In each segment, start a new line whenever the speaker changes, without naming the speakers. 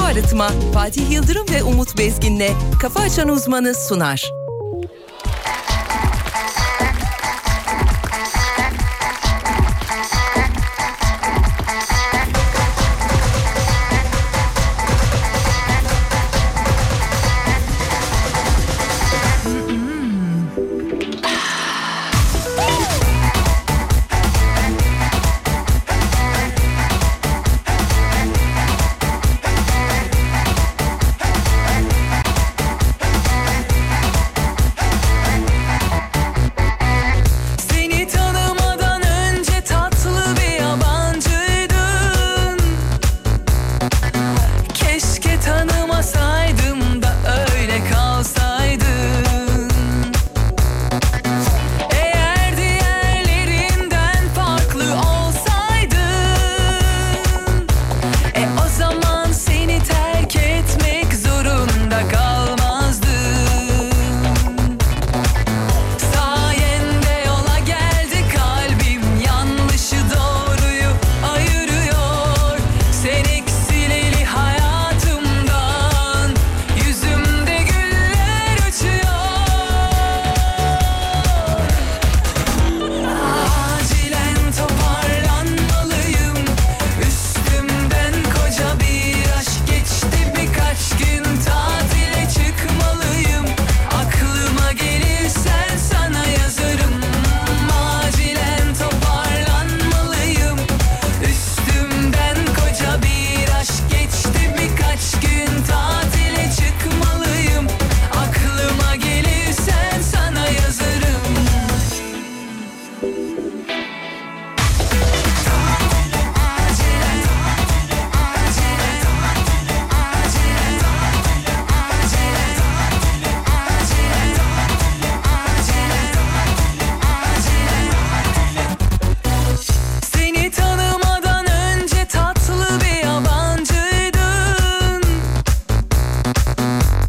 Arıtma Fatih Yıldırım ve Umut Bezgin'le Kafa Açan Uzmanı sunar.
Seni tanımadan önce tatlı bir yabancıydın Keşke tanımasaydım da öyle kalsaydın Eğer diğerlerinden farklı olsaydın E o zaman seni terk etmek zorunda kalmazdım Sayende yola geldi kalbim yanlışı doğruyu ayırıyor Sen eksileli hayatımdan yüzümde güller uçuyor Acilen toparlanmalıyım Üstümden koca bir aşk geçti Birkaç gün tatile çıkmalıyım Aklıma gelirsen sana yazarım Acilen toparlanmalıyım Üstümden koca bir aşk geçti Birkaç gün tatile çıkmalıyım Aklıma gelirsen sana yazarım Seni tanımadan önce tatlı bir yabancıydın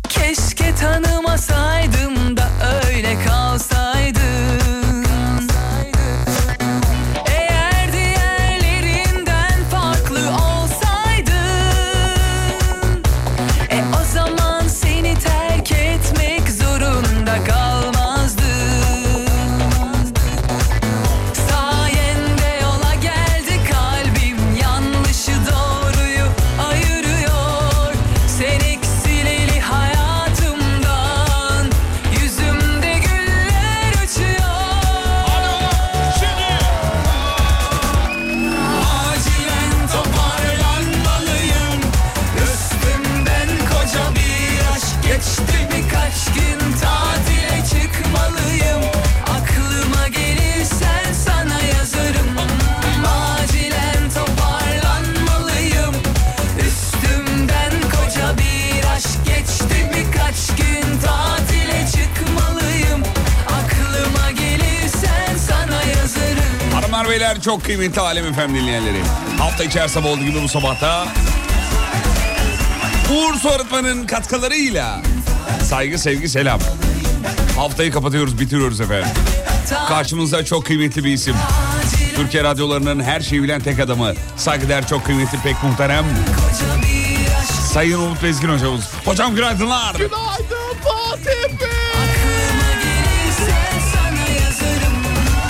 Keşke tanımasaydım da öyle kalsaydın Eğer diğerlerinden farklı olsaydın E o zaman seni terk etmek zorunda kalmazdın Sayende yola geldi kalbim yanlışı doğruyu ayırıyor Sen eksileli hayatımdan yüzümde güller uçuyor Acilen toparlanmalıyım Üstümden koca bir aşk geçti Birkaç gün tatile çıkmalıyım Aklıma gelirsen sana yazarım Acilen toparlanmalıyım Üstümden koca bir aşk geçti Birkaç gün tatile çıkmalıyım Aklıma gelirsen sana yazarım
Hanımlar beyler çok kıymetli Alem Efem dinleyenleri. Hafta içi her sabah olduğu gibi bu sabahta Uğur Su Arıtma'nın katkılarıyla saygı, sevgi, selam. Haftayı kapatıyoruz, bitiriyoruz efendim. Karşımızda çok kıymetli bir isim. Türkiye radyolarının her şeyi bilen tek adamı. Saygıdeğer çok kıymetli, pek muhterem. Sayın Umut Bezgin hocamız. Hocam günaydınlar.
Günaydın Fatih Bey.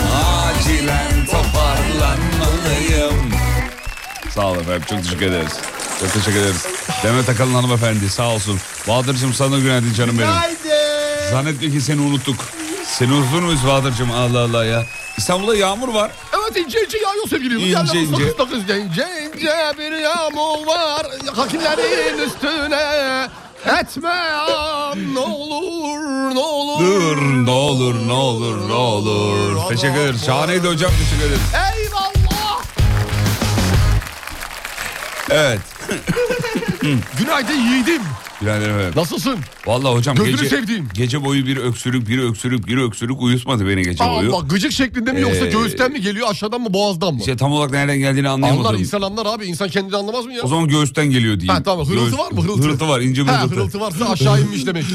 Acilen toparlanmalıyım. Sağ olun efendim çok teşekkür ederiz. Çok teşekkür ederiz. Demet Akalın hanımefendi sağ olsun. Bahadır'cığım sana günaydın canım benim.
Günaydın.
Zannetme ki seni unuttuk. Seni unutur muyuz Bahadır'cığım Allah Allah ya. İstanbul'da yağmur var.
Evet ince ince yağıyor sevgili yıldız.
İnce
Yerler
ince.
ıslak ıslak ince. ince ince bir yağmur var. Hakimlerin üstüne etme an ne olur ne olur.
Dur ne olur ne olur ne olur. Teşekkür ederiz. Şahaneydi hocam teşekkür ederiz.
Eyvallah.
Evet.
Günaydın yiğidim.
Günaydın efendim.
Nasılsın?
Valla hocam
Gözünü
gece,
sevdiğim.
gece boyu bir öksürük bir öksürük bir öksürük uyutmadı beni gece boyu.
Allah gıcık şeklinde mi yoksa
Ee, Şey,
göğüsten mi geliyor aşağıdan mı boğazdan mı?
İşte tam olarak nereden geldiğini anlayamadım.
Anlar insan anlar abi insan kendini anlamaz mı ya?
O zaman göğüsten geliyor diyeyim.
Ha, tamam hırıltı
Göğüs-
var mı hırıltı?
Hırıltı var ince bir
Ha,
hırıltı.
hırıltı varsa aşağı inmiş demek ki.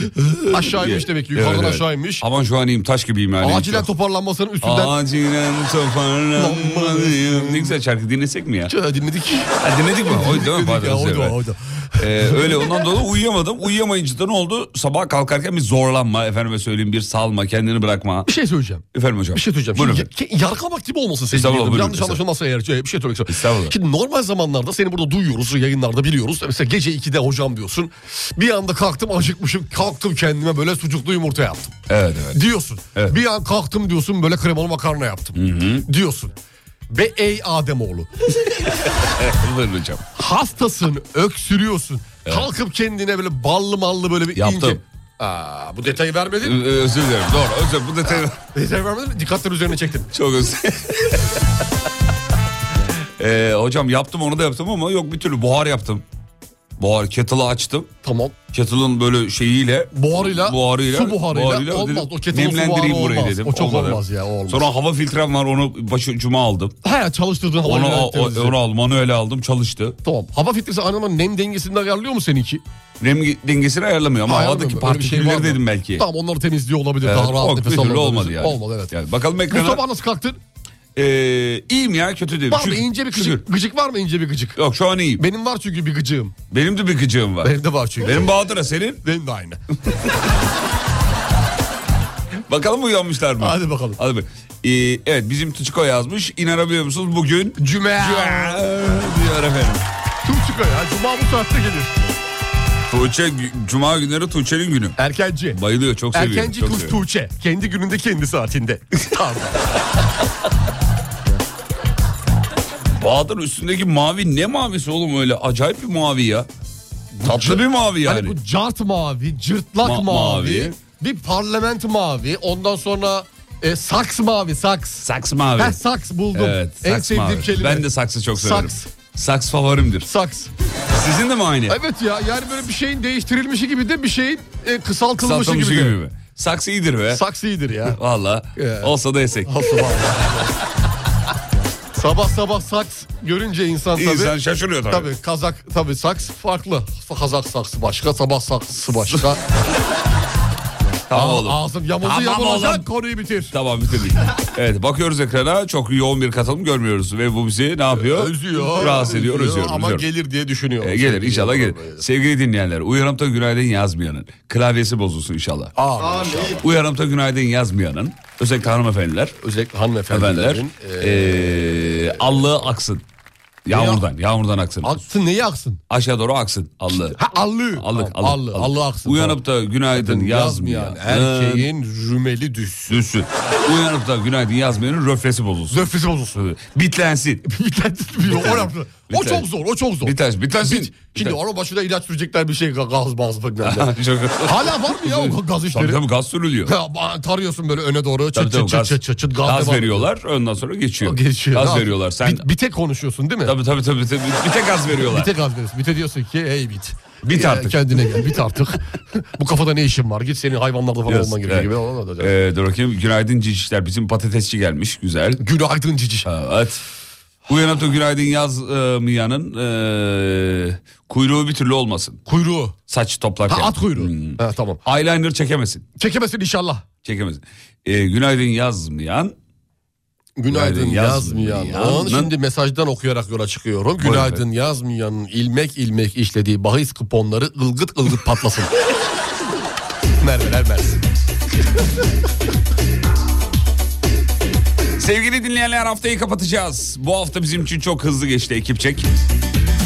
Aşağı inmiş demek ki yukarıdan
Evet, evet.
aşağı inmiş.
Aman şu an iyiyim taş gibiyim yani.
Acilen toparlanmasının üstünden
Acilen toparlanmalıyım. Ne güzel şarkı dinlesek mi ya?
Ç- dinledik.
Ha, dinledik mi? Oy, değil mi?
Dinledik ya,
Pardon,
oydu,
evet.
oydu.
Ee, öyle ondan dolayı uyuyamadım. Uyuyamayınca da ne oldu? Sabah kalkarken bir zorlanma efendime söyleyeyim bir salma kendini bırakma.
Bir şey söyleyeceğim.
Efendim hocam.
Bir şey söyleyeceğim.
Buyurun.
Şimdi ya- ke- yargılamak gibi olmasın sevgili
Estağfurullah,
dinleyiciler.
buyurun,
Yanlış anlaşılmazsa eğer şey- bir şey söylemek istiyorum.
Estağfurullah.
Şimdi normal zamanlarda seni burada duyuyoruz yayınlarda biliyoruz. Mesela gece 2'de hocam diyorsun. Bir anda kalktım acıkmışım kalktım kendime böyle sucuklu yumurta yaptım.
Evet evet.
Diyorsun.
Evet.
Bir an kalktım diyorsun böyle kremalı makarna yaptım. Diyorsun. Ve ey Ademoğlu
Buyurun hocam.
hastasın öksürüyorsun. Kalkıp kendine böyle ballı mallı böyle bir
Yaptım.
ince... Aa, bu detayı
Ee,
vermedin.
özür dilerim doğru özür bu detay
Detayı vermedin. Dikkatler üzerine çektim.
çok özür Ee, hocam yaptım onu da yaptım ama yok bir türlü buhar yaptım. Buhar kettle'ı açtım.
Tamam.
Kettle'ın böyle şeyiyle
Buharıyla,
buharıyla,
su buharıyla,
buharıyla
olmaz.
dedim,
O kettle'ın su
nemlendireyim
buharı
burayı
olmaz.
dedim.
O çok
Olmadı.
olmaz ya, o olmaz.
Sonra hava filtrem var onu başucuma aldım.
He çalıştırdığın hava
Onu,
ile
o-
temizle.
onu aldım manuel aldım çalıştı.
Tamam. Hava filtresi aynı zamanda nem dengesini de ayarlıyor mu seninki?
Nem dengesini ayarlamıyor ama
Ayarlamıyor
havadaki
mu? Öyle bir şey var
partikülleri
mı?
dedim belki.
Tamam onları temizliyor olabilir.
Evet,
daha rahat
o
nefes
bir türlü
alabilir.
olmadı yani.
Olmadı evet.
Yani bakalım
Bu
ekrana.
sabah nasıl kalktın?
Ee, iyiyim ya kötü değil.
Var mı
Şükür,
ince bir
şükür.
gıcık? Gıcık var mı ince bir gıcık?
Yok şu an iyiyim.
Benim var çünkü bir gıcığım.
Benim de bir gıcığım var.
Benim de var çünkü.
Benim Bahadır'a senin.
Benim de aynı.
Bakalım uyanmışlar mı?
Hadi bakalım.
Hadi be. Ee, evet bizim Tuçko yazmış. İnanabiliyor musunuz bugün?
Cüme.
Cüme diyor efendim.
Tüm çıkıyor ya. Cuma bu saatte gelir.
Tuğçe, gü- Cuma günleri Tuğçe'nin günü.
Erkenci.
Bayılıyor çok seviyor.
Erkenci
çok
kız
seviyor.
Tuğçe. Kendi gününde kendi saatinde. tamam.
Bahadır üstündeki mavi ne mavisi oğlum öyle acayip bir mavi ya. Tatlı bir mavi yani.
Hani bu cart mavi, cırtlak
Ma-
mavi,
mavi.
bir parlament mavi, ondan sonra e, saks mavi, saks.
Saks mavi.
Heh, saks buldum.
Evet,
en
saks
sevdiğim
mavi.
kelime.
Ben de saksı çok severim.
Saks.
Saks favorimdir.
Saks.
Sizin de mi aynı?
Evet ya yani böyle bir şeyin değiştirilmişi gibi de bir şeyin e, kısaltılmışı,
Satılmışı
gibi,
gibi,
de.
mi? Saks iyidir be.
Saks iyidir ya.
Valla.
Evet.
Olsa da yesek.
Asıl abi. sabah sabah saks görünce insan tabii.
İnsan şaşırıyor tabii.
Tabii Kazak tabii saks farklı. Kazak saksı başka, sabah saksı başka.
Tamam oğlum.
Ağzım yamuldu
Tamam
yamulacak
oğlum.
konuyu bitir.
Tamam bitirdik. evet bakıyoruz ekrana çok yoğun bir katılım görmüyoruz ve bu bizi ne yapıyor?
Özüyor.
Rahatsız ediyor,
üzüyor
özüyor.
Ama
üzüyor.
gelir diye düşünüyor.
E, gelir inşallah gelir. Sevgili dinleyenler uyanıp da günaydın yazmayanın klavyesi bozulsun inşallah.
Abi.
Uyanıp da günaydın yazmayanın özellikle hanımefendiler
Özellikle
efendiler
hanımefendilerin. E,
e, allığı aksın. Yağmurdan, yağmurdan aksın.
aksın neyi aksın?
Aşağı doğru aksın allığı.
Ha allı.
Allık,
Tamam,
allık,
allı. Allı aksın.
Uyanıp da günaydın
tamam.
yazmayan.
yazmayan
Erkeği.
erkeğin rümeli düşsün.
Düşsün. Uyanıp da günaydın yazmayanın röflesi bozulsun.
Zöfresi bozulsun.
Bitlensin.
Bir tane tutmuyor, o yaptı. O
Bir tane.
çok zor, o çok zor.
Biter, bitersin.
Bit- Şimdi onun başına ilaç sürecekler bir şey gaz bazı falan.
Çok...
Hala var mı ya o gaz
Tabii
işleri?
tabii gaz sürülüyor.
Ya, ba- tarıyorsun böyle öne doğru
Tabii
çıt
tabii
çıt çıt
gaz,
çıt çıt çıt gaz,
gaz
devam.
veriyorlar ondan sonra geçiyor.
O Geçiyor. Ne
Gaz
yap-
veriyorlar. Sen
Bit- bite konuşuyorsun değil mi?
tabii tabii tabii tabii. bir tek gaz veriyorlar.
Bite gaz veriyorsun. Bite diyorsun ki hey bit.
Bit
Ya,
artık.
Kendine gel bit artık. Bu kafada ne işin var? Git senin hayvanlarda falan
Biraz,
olman gibi.
evet.
gibi.
Ee, dur bakayım günaydın cicişler bizim patatesçi gelmiş güzel. Ee,
Günaydın ciciş.
Evet. Uyanıp da günaydın yazmayanın e, kuyruğu bir türlü olmasın.
Kuyruğu.
Saç toplarken.
Ha, at kuyruğu.
Hmm.
Ha, tamam.
Eyeliner çekemesin.
Çekemezsin inşallah.
Çekemesin. Ee, günaydın yazmayan.
Günaydın
Günaydın
yazmayan.
yazmayan.
Şimdi mesajdan okuyarak yola çıkıyorum. Günaydın yazmayanın ilmek ilmek işlediği bahis kuponları ılgıt ılgıt patlasın. Merveler versin.
Sevgili dinleyenler haftayı kapatacağız. Bu hafta bizim için çok hızlı geçti ekipçek.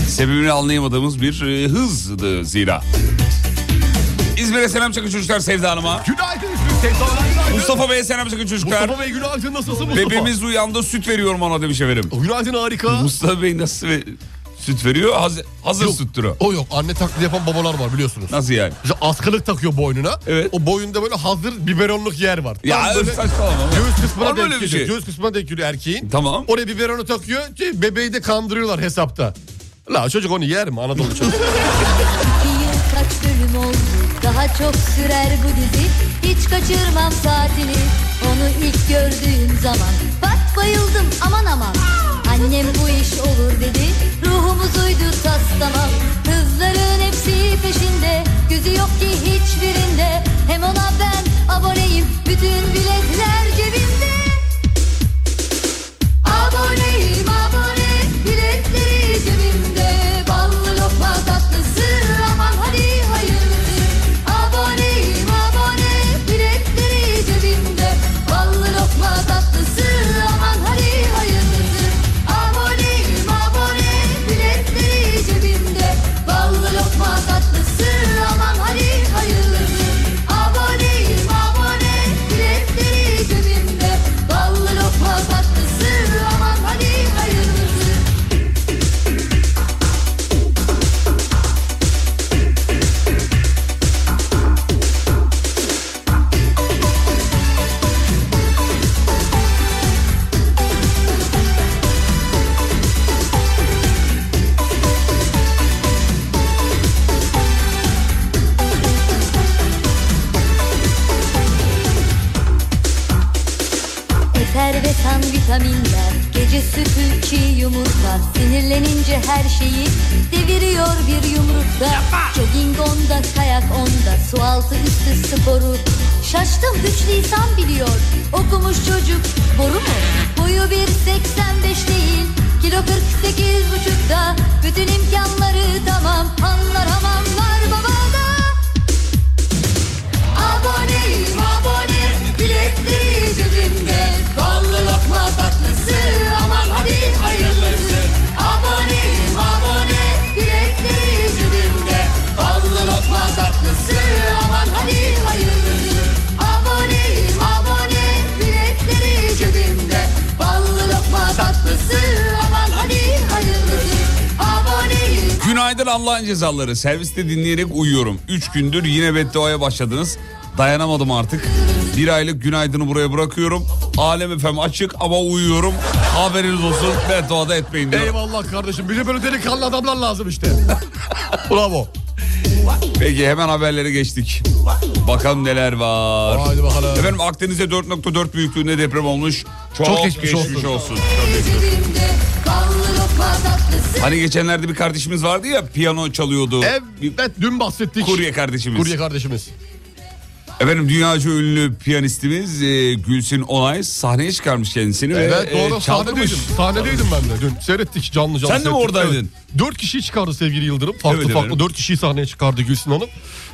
Sebebini anlayamadığımız bir e, hızdı zira. İzmir'e selam çakın çocuklar Sevda Hanım'a.
Günaydın üstün sevdalar.
Mustafa Bey'e selam çakın çocuklar.
Mustafa Bey günaydın nasılsın Mustafa?
Bebeğimiz uyandı süt veriyorum ona demiş efendim.
Günaydın harika.
Mustafa Bey nasıl ve- süt veriyor? Hazır, hazır
Yok,
süttür o.
O yok anne taklidi yapan babalar var biliyorsunuz.
Nasıl yani?
İşte askılık takıyor boynuna.
Evet.
O boyunda böyle hazır biberonluk yer var. Tam
Ya öf,
böyle
saçmalama.
Göğüs
Var
kısmına
mı öyle
denk
bir
geliyor.
şey?
Göğüs kısmına denk geliyor erkeğin.
Tamam.
Oraya biberonu takıyor. şey, Bebeği de kandırıyorlar hesapta. La çocuk onu yer mi Anadolu çocuk?
Piyaka kaç bölüm oldu Daha çok sürer bu dizi Hiç kaçırmam saatini Onu ilk gördüğüm zaman Bak bayıldım aman aman Annem bu iş olur dedi Ruhumuz uydu tas tamam Kızların hepsi peşinde Gözü yok ki hiçbirinde Hem ona ben aboneyim Bütün biletler cebimde Aboneyim abone biletleri cebimde Ballı lokma tatlısı aman hadi hayırlısı Aboneyim abone biletleri cebimde Ballı lokma tatlısı aman hadi hayırlısı Aboneyim abone biletleri cebimde Ballı lokma tatlısı aman hadi hayırlısı Aboneyim abone biletleri cebimde Ballı lokma tatlısı aman hadi hayırlısı Efervesan vitaminler Gece sütü çiğ yumurta Sinirlenince her şeyi Deviriyor bir yumrukta Jogging onda kayak onda Su altı üstü sporu Şaştım üç lisan biliyor Okumuş çocuk boru mu? Boyu bir 85 değil Kilo 48 buçukta Bütün imkanları tamam Anlar hamamlar babada Aboneyim abone Biletleri cebimde Ballı lokma tatlısı Aman hadi hayırlısı Aboneyim abone Biletleri cebimde Ballı lokma tatlısı Aman hadi hayırlısı Aboneyim abone Biletleri cebimde Ballı lokma tatlısı Aman hadi hayırlısı Aboneyim
Günaydın Allah'ın cezaları. Serviste dinleyerek uyuyorum. Üç gündür yine bedduaya başladınız. Dayanamadım artık. Bir aylık günaydını buraya bırakıyorum. Alem efem açık ama uyuyorum. Haberiniz olsun beddua da etmeyin diyor.
Eyvallah kardeşim. Bize böyle delikanlı adamlar lazım işte. Bravo.
Peki hemen haberlere geçtik. Bakalım neler var.
Haydi bakalım.
Efendim Akdeniz'de 4.4 büyüklüğünde deprem olmuş. Çok,
Çok geçmiş
geçmiş,
olsun.
olsun.
cebimde Ballı lokma tatlısı
Hani geçenlerde bir kardeşimiz vardı ya piyano çalıyordu. Bir
Evet dün bahsettik.
Kurye kardeşimiz.
Kurye kardeşimiz.
Efendim dünyaca ünlü piyanistimiz e, Gülsün Onay sahneye çıkarmış kendisini
Evet
ve e,
doğru
çaldırmış.
sahnedeydim. Sahnedeydim ben de dün. Seyrettik canlı canlı.
Sen de mi
seyrettik.
oradaydın?
Evet. Dört kişiyi çıkardı sevgili Yıldırım. Farklı
Evet
farklı
efendim.
dört kişiyi sahneye çıkardı Gülsün Hanım.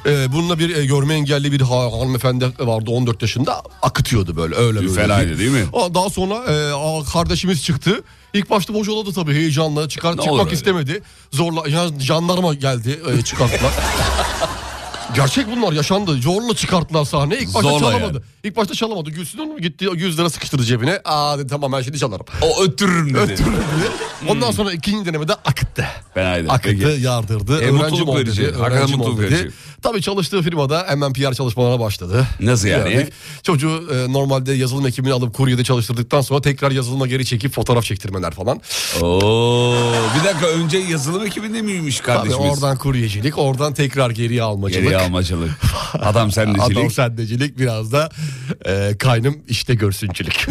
Ee, bununla bir e, görme engelli bir ha- hanımefendi vardı 14 yaşında. Akıtıyordu böyle öyle böyle.
Felaydı değil mi?
Aa, Daha sonra e, aa, kardeşimiz çıktı. İlk başta bocaladı tabii heyecanla. Çıkar,
Ne olur
çıkmak
öyle.
istemedi. Zorla ya, jandarma geldi e, çıkarttılar. Gerçek bunlar yaşandı. Zorla çıkarttılar sahneye. İlk başta
Zorla
çalamadı.
yani.
İlk başta çalamadı. Gülsün Hanım gitti 100 lira sıkıştırdı cebine. Aa dedi tamam ben şimdi çalarım.
O öttürürüm dedi.
Öttürdü. Ondan sonra ikinci denemede akıttı.
Fenaydı.
Akıttı,
Peki.
yardırdı.
E,
öğrencim
mutluluk
ol
verici.
dedi,
Hakikaten
öğrencim ol
mutluluk
dedi.
verici.
Tabii çalıştığı firmada hemen PR çalışmalarına başladı.
Nasıl yani?
Çocuğu e, normalde yazılım ekibini alıp kuryede çalıştırdıktan sonra tekrar yazılıma geri çekip fotoğraf çektirmeler falan.
Oo, bir dakika önce yazılım ekibinde miymiş
Tabii
kardeşimiz?
oradan kuryecilik, oradan tekrar geriye almacılık.
Geriye almacılık. Adam sendecilik.
Adam sendecilik biraz da e, kaynım işte görsüncülük.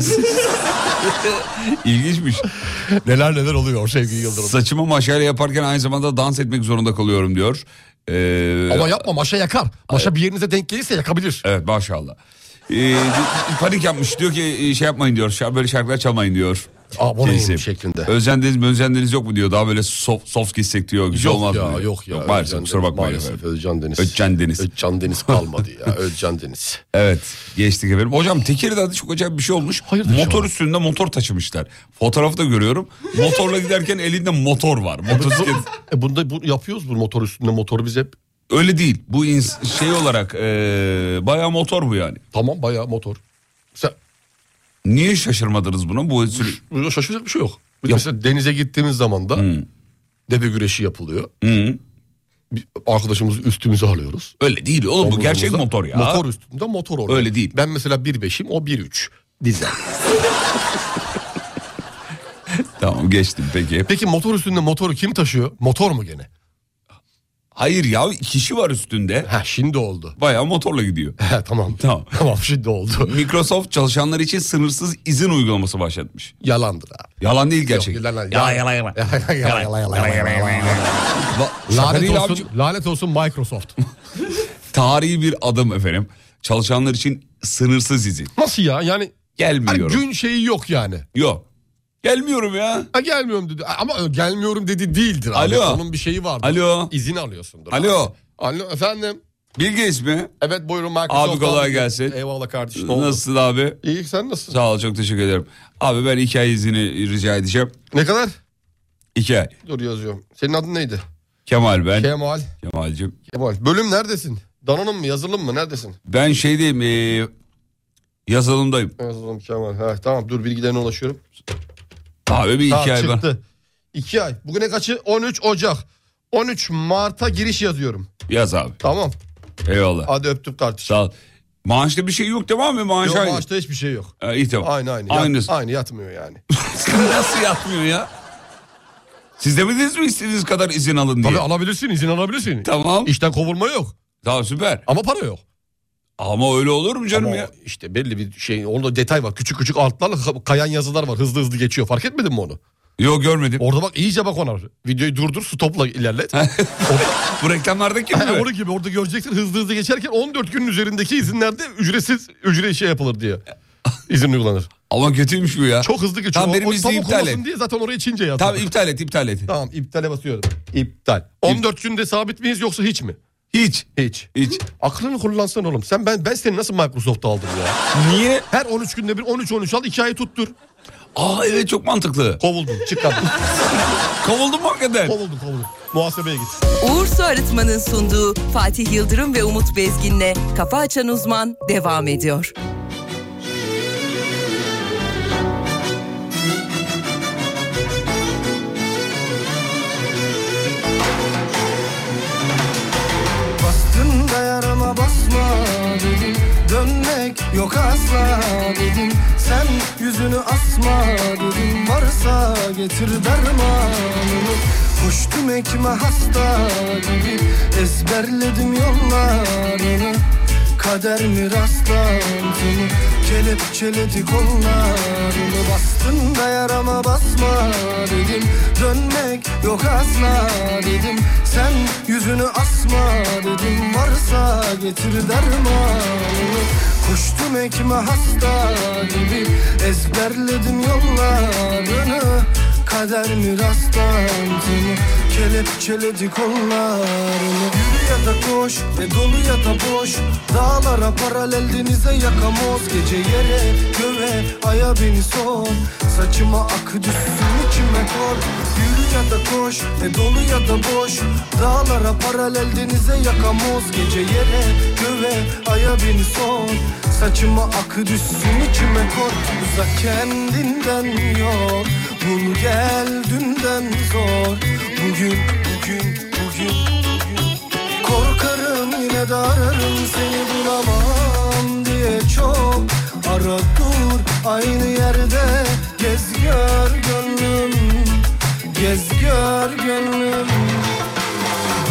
İlginçmiş.
neler neler oluyor sevgili Yıldırım.
Saçımı maşayla yaparken aynı zamanda dans etmek zorunda kalıyorum diyor. Ee,
Ama yapma maşa yakar. Maşa bir yerinize denk gelirse yakabilir.
Evet maşallah. Ee, panik yapmış diyor ki şey yapmayın diyor. şar- Böyle şarkılar çalmayın diyor.
Aboneyim
Neyse.
şeklinde.
Özendiniz mi özendiniz yok mu diyor. Daha böyle soft, soft gitsek diyor. Güzel
Yok
olmaz
ya,
mı? diyor.
yok ya.
Yok maalesef
Özcan
kusura
Deniz,
bakmayın
Maalesef
efendim.
Özcan Deniz.
Özcan Deniz.
Özcan Deniz kalmadı ya. Özcan Deniz.
Evet geçtik efendim. Hocam Tekirdağ'da çok acayip bir şey olmuş.
Hayırdır
motor
inşallah.
üstünde motor taşımışlar. Fotoğrafı da görüyorum. Motorla giderken elinde motor var. Motosiklet.
E bunda bu, yapıyoruz bu motor üstünde motoru biz hep.
Öyle değil. Bu ins- şey olarak e, bayağı motor bu yani.
Tamam bayağı motor. Sen,
Niye şaşırmadınız buna? Bu sürü...
burada şaşıracak bir şey yok. Bir de
Yap.
Mesela denize gittiğimiz zaman da
Hmm.
deve güreşi yapılıyor. Bir arkadaşımızı üstümüze alıyoruz.
Öyle değil oğlum bu gerçek
Omuzumuza.
motor ya.
Motor üstünde motor orada.
Öyle değil.
Ben mesela 1.5'im o 1.3. Dizel.
Tamam geçtim peki.
Peki motor üstünde motoru kim taşıyor? Motor mu gene?
Hayır ya kişi var üstünde.
Ha şimdi oldu.
Bayağı motorla gidiyor.
Ha, tamam.
Tamam.
Tamam şimdi oldu.
Microsoft çalışanlar için sınırsız izin uygulaması başlatmış.
Yalandır abi.
Yalan değil gerçek.
Yok, yalan,
Yalan,
yalan.
yalan, yalan.
Yalan, yalan, yalan, yalan, yalan, yalan.
Va- şaka
Lanet
değil
olsun,
abicim.
lanet olsun Microsoft.
Tarihi bir adım efendim. Çalışanlar için sınırsız izin.
Nasıl ya yani hani
Gelmiyorum.
gün şeyi yok yani.
Yok. Gelmiyorum ya.
Ha, gelmiyorum dedi ama gelmiyorum dedi değildir. abi.
Alo.
Onun bir şeyi vardı.
Alo.
İzin alıyorsundur.
Alo.
Alo efendim.
Bilge ismi.
Evet buyurun Microsoft.
Abi kolay gelsin.
Eyvallah kardeşim. Nasıl?
Nasılsın abi?
İyi sen nasılsın?
Sağ ol çok teşekkür ederim. Abi ben iki ay izini rica edeceğim.
Ne kadar?
İki ay.
Dur yazıyorum. Senin adın neydi?
Kemal ben.
Kemal.
Kemal'cim.
Kemal. Bölüm neredesin? Danonum mu yazılım mı neredesin?
Ben şeydeyim ee, yazılımdayım.
Yazılım Kemal. Ha, tamam dur bilgilerine ulaşıyorum.
Abi bir iki
Tamam
ay ben.
çıktı. 2 ay. Bugüne kaçı? 13 Ocak. 13 Mart'a giriş yazıyorum.
Yaz abi.
Tamam.
Eyvallah.
Hadi öptüm kardeşim.
Sağ ol. Maaşta bir şey yok değil mi abi? Maaş
Yok
aynı.
maaşta hiçbir şey yok.
Ha, iyi tamam.
Aynı aynı. Yat-
Aynısı.
aynı yatmıyor yani.
Nasıl yatmıyor ya? Siz demediniz mi istediğiniz kadar izin alın diye?
Tabii alabilirsin izin alabilirsin.
Tamam.
İşten kovulma yok.
Tamam süper.
Ama para yok.
Ama öyle olur mu canım
Ama
ya?
işte belli bir şey orada detay var. Küçük küçük altlarla ka- kayan yazılar var. Hızlı hızlı geçiyor. Fark etmedin mi onu?
Yok görmedim.
Orada bak iyice bak ona. Videoyu durdur stopla ilerlet. orada,
Bu reklamlardaki mi?
onun gibi orada göreceksin hızlı hızlı geçerken 14 günün üzerindeki izinlerde ücretsiz ücret şey yapılır diye. İzin uygulanır.
Ama kötüymüş bu ya.
Çok hızlı geçiyor.
Tamam,
O-
benim
o
izni
tam
iptal
okunmasın
et.
diye zaten oraya Çince yazdım.
Tamam iptal et iptal et.
Tamam iptale basıyorum. İptal. 14 günde sabit miyiz yoksa hiç mi?
Hiç.
Hiç.
Hiç.
Aklını kullansan oğlum. Sen ben ben seni nasıl Microsoft'ta aldım ya?
Niye?
Her 13 günde bir 13 13 al 2 ayı tuttur.
Aa evet çok mantıklı.
Kovuldun çık kadın.
Kovuldum mu hakikaten?
kovuldun kovuldun. Muhasebeye git.
Uğur Su Arıtma'nın sunduğu Fatih Yıldırım ve Umut Bezgin'le Kafa Açan Uzman devam ediyor.
Bastın da yarama basma dedim Dönmek yok asla dedim Sen yüzünü asma dedim Varsa getir dermanını Koştum ekme hasta gibi Ezberledim yollarını Kader mi rastlantımı Kelepçeledi kollarını Bastın da yarama basma dedim Dönmek yok asla dedim Sen yüzünü asma dedim Varsa getir dermanını Koştum ekme hasta gibi Ezberledim yollarını Kader mi rastlantımı Kelepçeledi kollarını Yürü ya da koş ve dolu ya da boş Dağlara paralel denize yakamoz Gece yere göve aya beni son Saçıma ak düşsün içime kor Yürü ya da koş ve dolu ya da boş Dağlara paralel denize yakamoz Gece yere göve aya beni son Saçıma ak düşsün içime kor Uzak kendinden yok Bul gel dünden zor Bugün, bugün, bugün, bugün Korkarım yine de ararım seni bulamam diye çok Ara dur aynı yerde gez gör gönlüm Gez gör gönlüm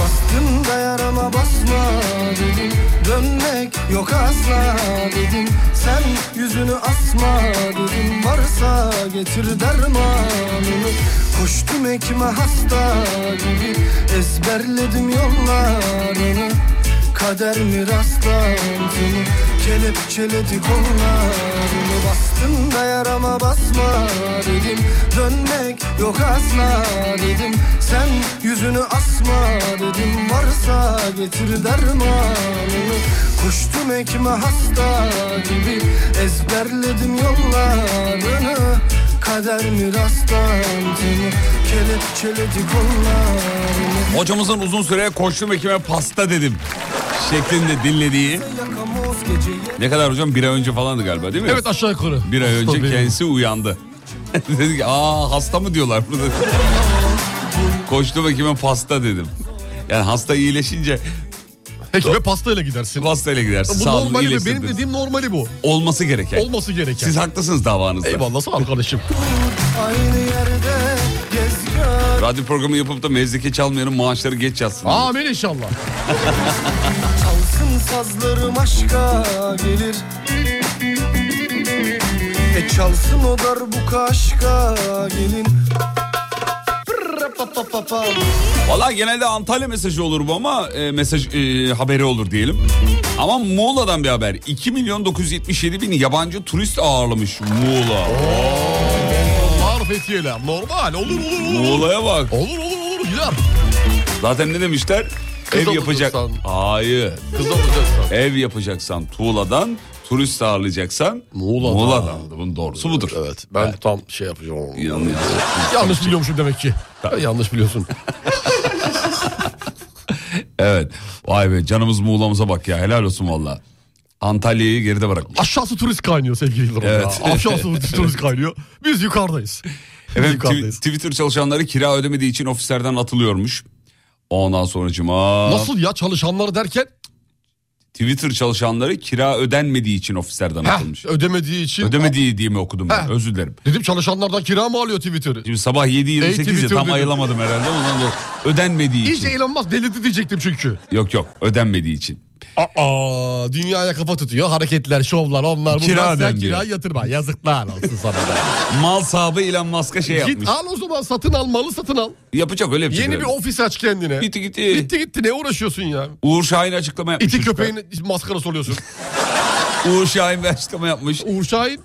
Bastım da yarama basma dedim Dönmek yok asla dedim Sen yüzünü asma dedim Varsa getir dermanını Koştum ekme hasta gibi Ezberledim yollarını Kader mi rastlantımı Kelepçeledi kollarını Bastım da yarama basma dedim Dönmek yok asla dedim Sen yüzünü asma dedim Varsa getir dermanını Koştum ekme hasta gibi Ezberledim yollarını Kader mi rastlantımı Kelepçeledi kollarını
Hocamızın uzun süre koştum ekime pasta dedim. Şeklinde dinlediği.
Yakamoz geceyi
Ne kadar hocam? Bir ay önce falandı galiba değil mi?
Evet aşağı yukarı.
Bir ay önce
Tabii.
kendisi uyandı. Dedi ki aa hasta mı diyorlar burada. Koştum ekime pasta dedim. Yani hasta iyileşince
Hekime pastayla gidersin.
pastayla gidersin.
Bu
Sağlığını
normali mi?
iyileştirdin.
Benim dediğim normali bu.
Olması gereken.
Olması gereken.
Siz haklısınız davanızda.
Eyvallah sağ ol kardeşim.
Aynı yerde gez gör
Radyo programı yapıp da mezdeke çalmayanın maaşları geç yatsın.
Amin inşallah.
Çalsın sazlarım aşka gelir E çalsın o darbuka aşka gelin Pırra pa pa pa pa.
Valla genelde Antalya mesajı olur bu ama e, mesaj e, haberi olur diyelim. Ama Muğla'dan bir haber. 2 milyon 977 bin yabancı turist ağırlamış Muğla.
Onlar fethiyeler. Normal olur olur olur.
Muğla'ya bak.
Olur olur olur gider.
Zaten ne demişler?
Kız
ev yapacak.
alacaksan.
Hayır.
Kız alacaksan.
Ev yapacaksan Tuğla'dan, turist ağırlayacaksan
Muğla'dan.
Muğla'dan. Bunun doğrusu budur.
Evet ben tam şey yapacağım.
Yanlış.
Yanlış biliyormuşum demek ki. Yanlış biliyorsun.
Evet. Vay be canımız Muğla'mıza bak ya. Helal olsun valla. Antalya'yı geride bırakmış.
Aşağısı turist kaynıyor sevgili Yıldırım
Evet.
ya. Aşağısı turist kaynıyor. Biz yukarıdayız. Biz
Efendim, tw-
yukarıdayız.
Twitter çalışanları kira ödemediği için ofislerden atılıyormuş. Ondan sonracıma
Nasıl ya çalışanlar derken
Twitter çalışanları kira ödenmediği için ofislerden atılmış.
heh, ödemediği için
Ödemediği diye mi okudum ben?
Heh.
Özür dilerim.
dedim çalışanlardan kira mı alıyor Twitter'ı?
Şimdi sabah
Ey
7.28 ya
Twitter
tam
dedim.
ayılamadım herhalde. Ondan dolayı ödenmediği
İyice
için.
Elon Musk delirdi diyecektim çünkü.
Yok yok ödenmediği için.
Aa, dünyaya kafa tutuyor. Hareketler, şovlar, onlar
Kira
bunlar. Sen
ödem diyor.
kira yatırma. Yazıklar olsun sana da.
Mal sahibi Elon Musk'a şey
Git
yapmış.
al o zaman satın al malı satın al.
Yapacak öyle şey yapacak.
Yeni bir
herhalde.
ofis aç kendine.
Gitti gitti.
Gitti gitti ne uğraşıyorsun ya?
Uğur Şahin açıklama yapmış.
İti
çocuklar.
köpeğini maskarası oluyorsun.
Uğur Şahin bir açıklama yapmış.
Uğur Şahin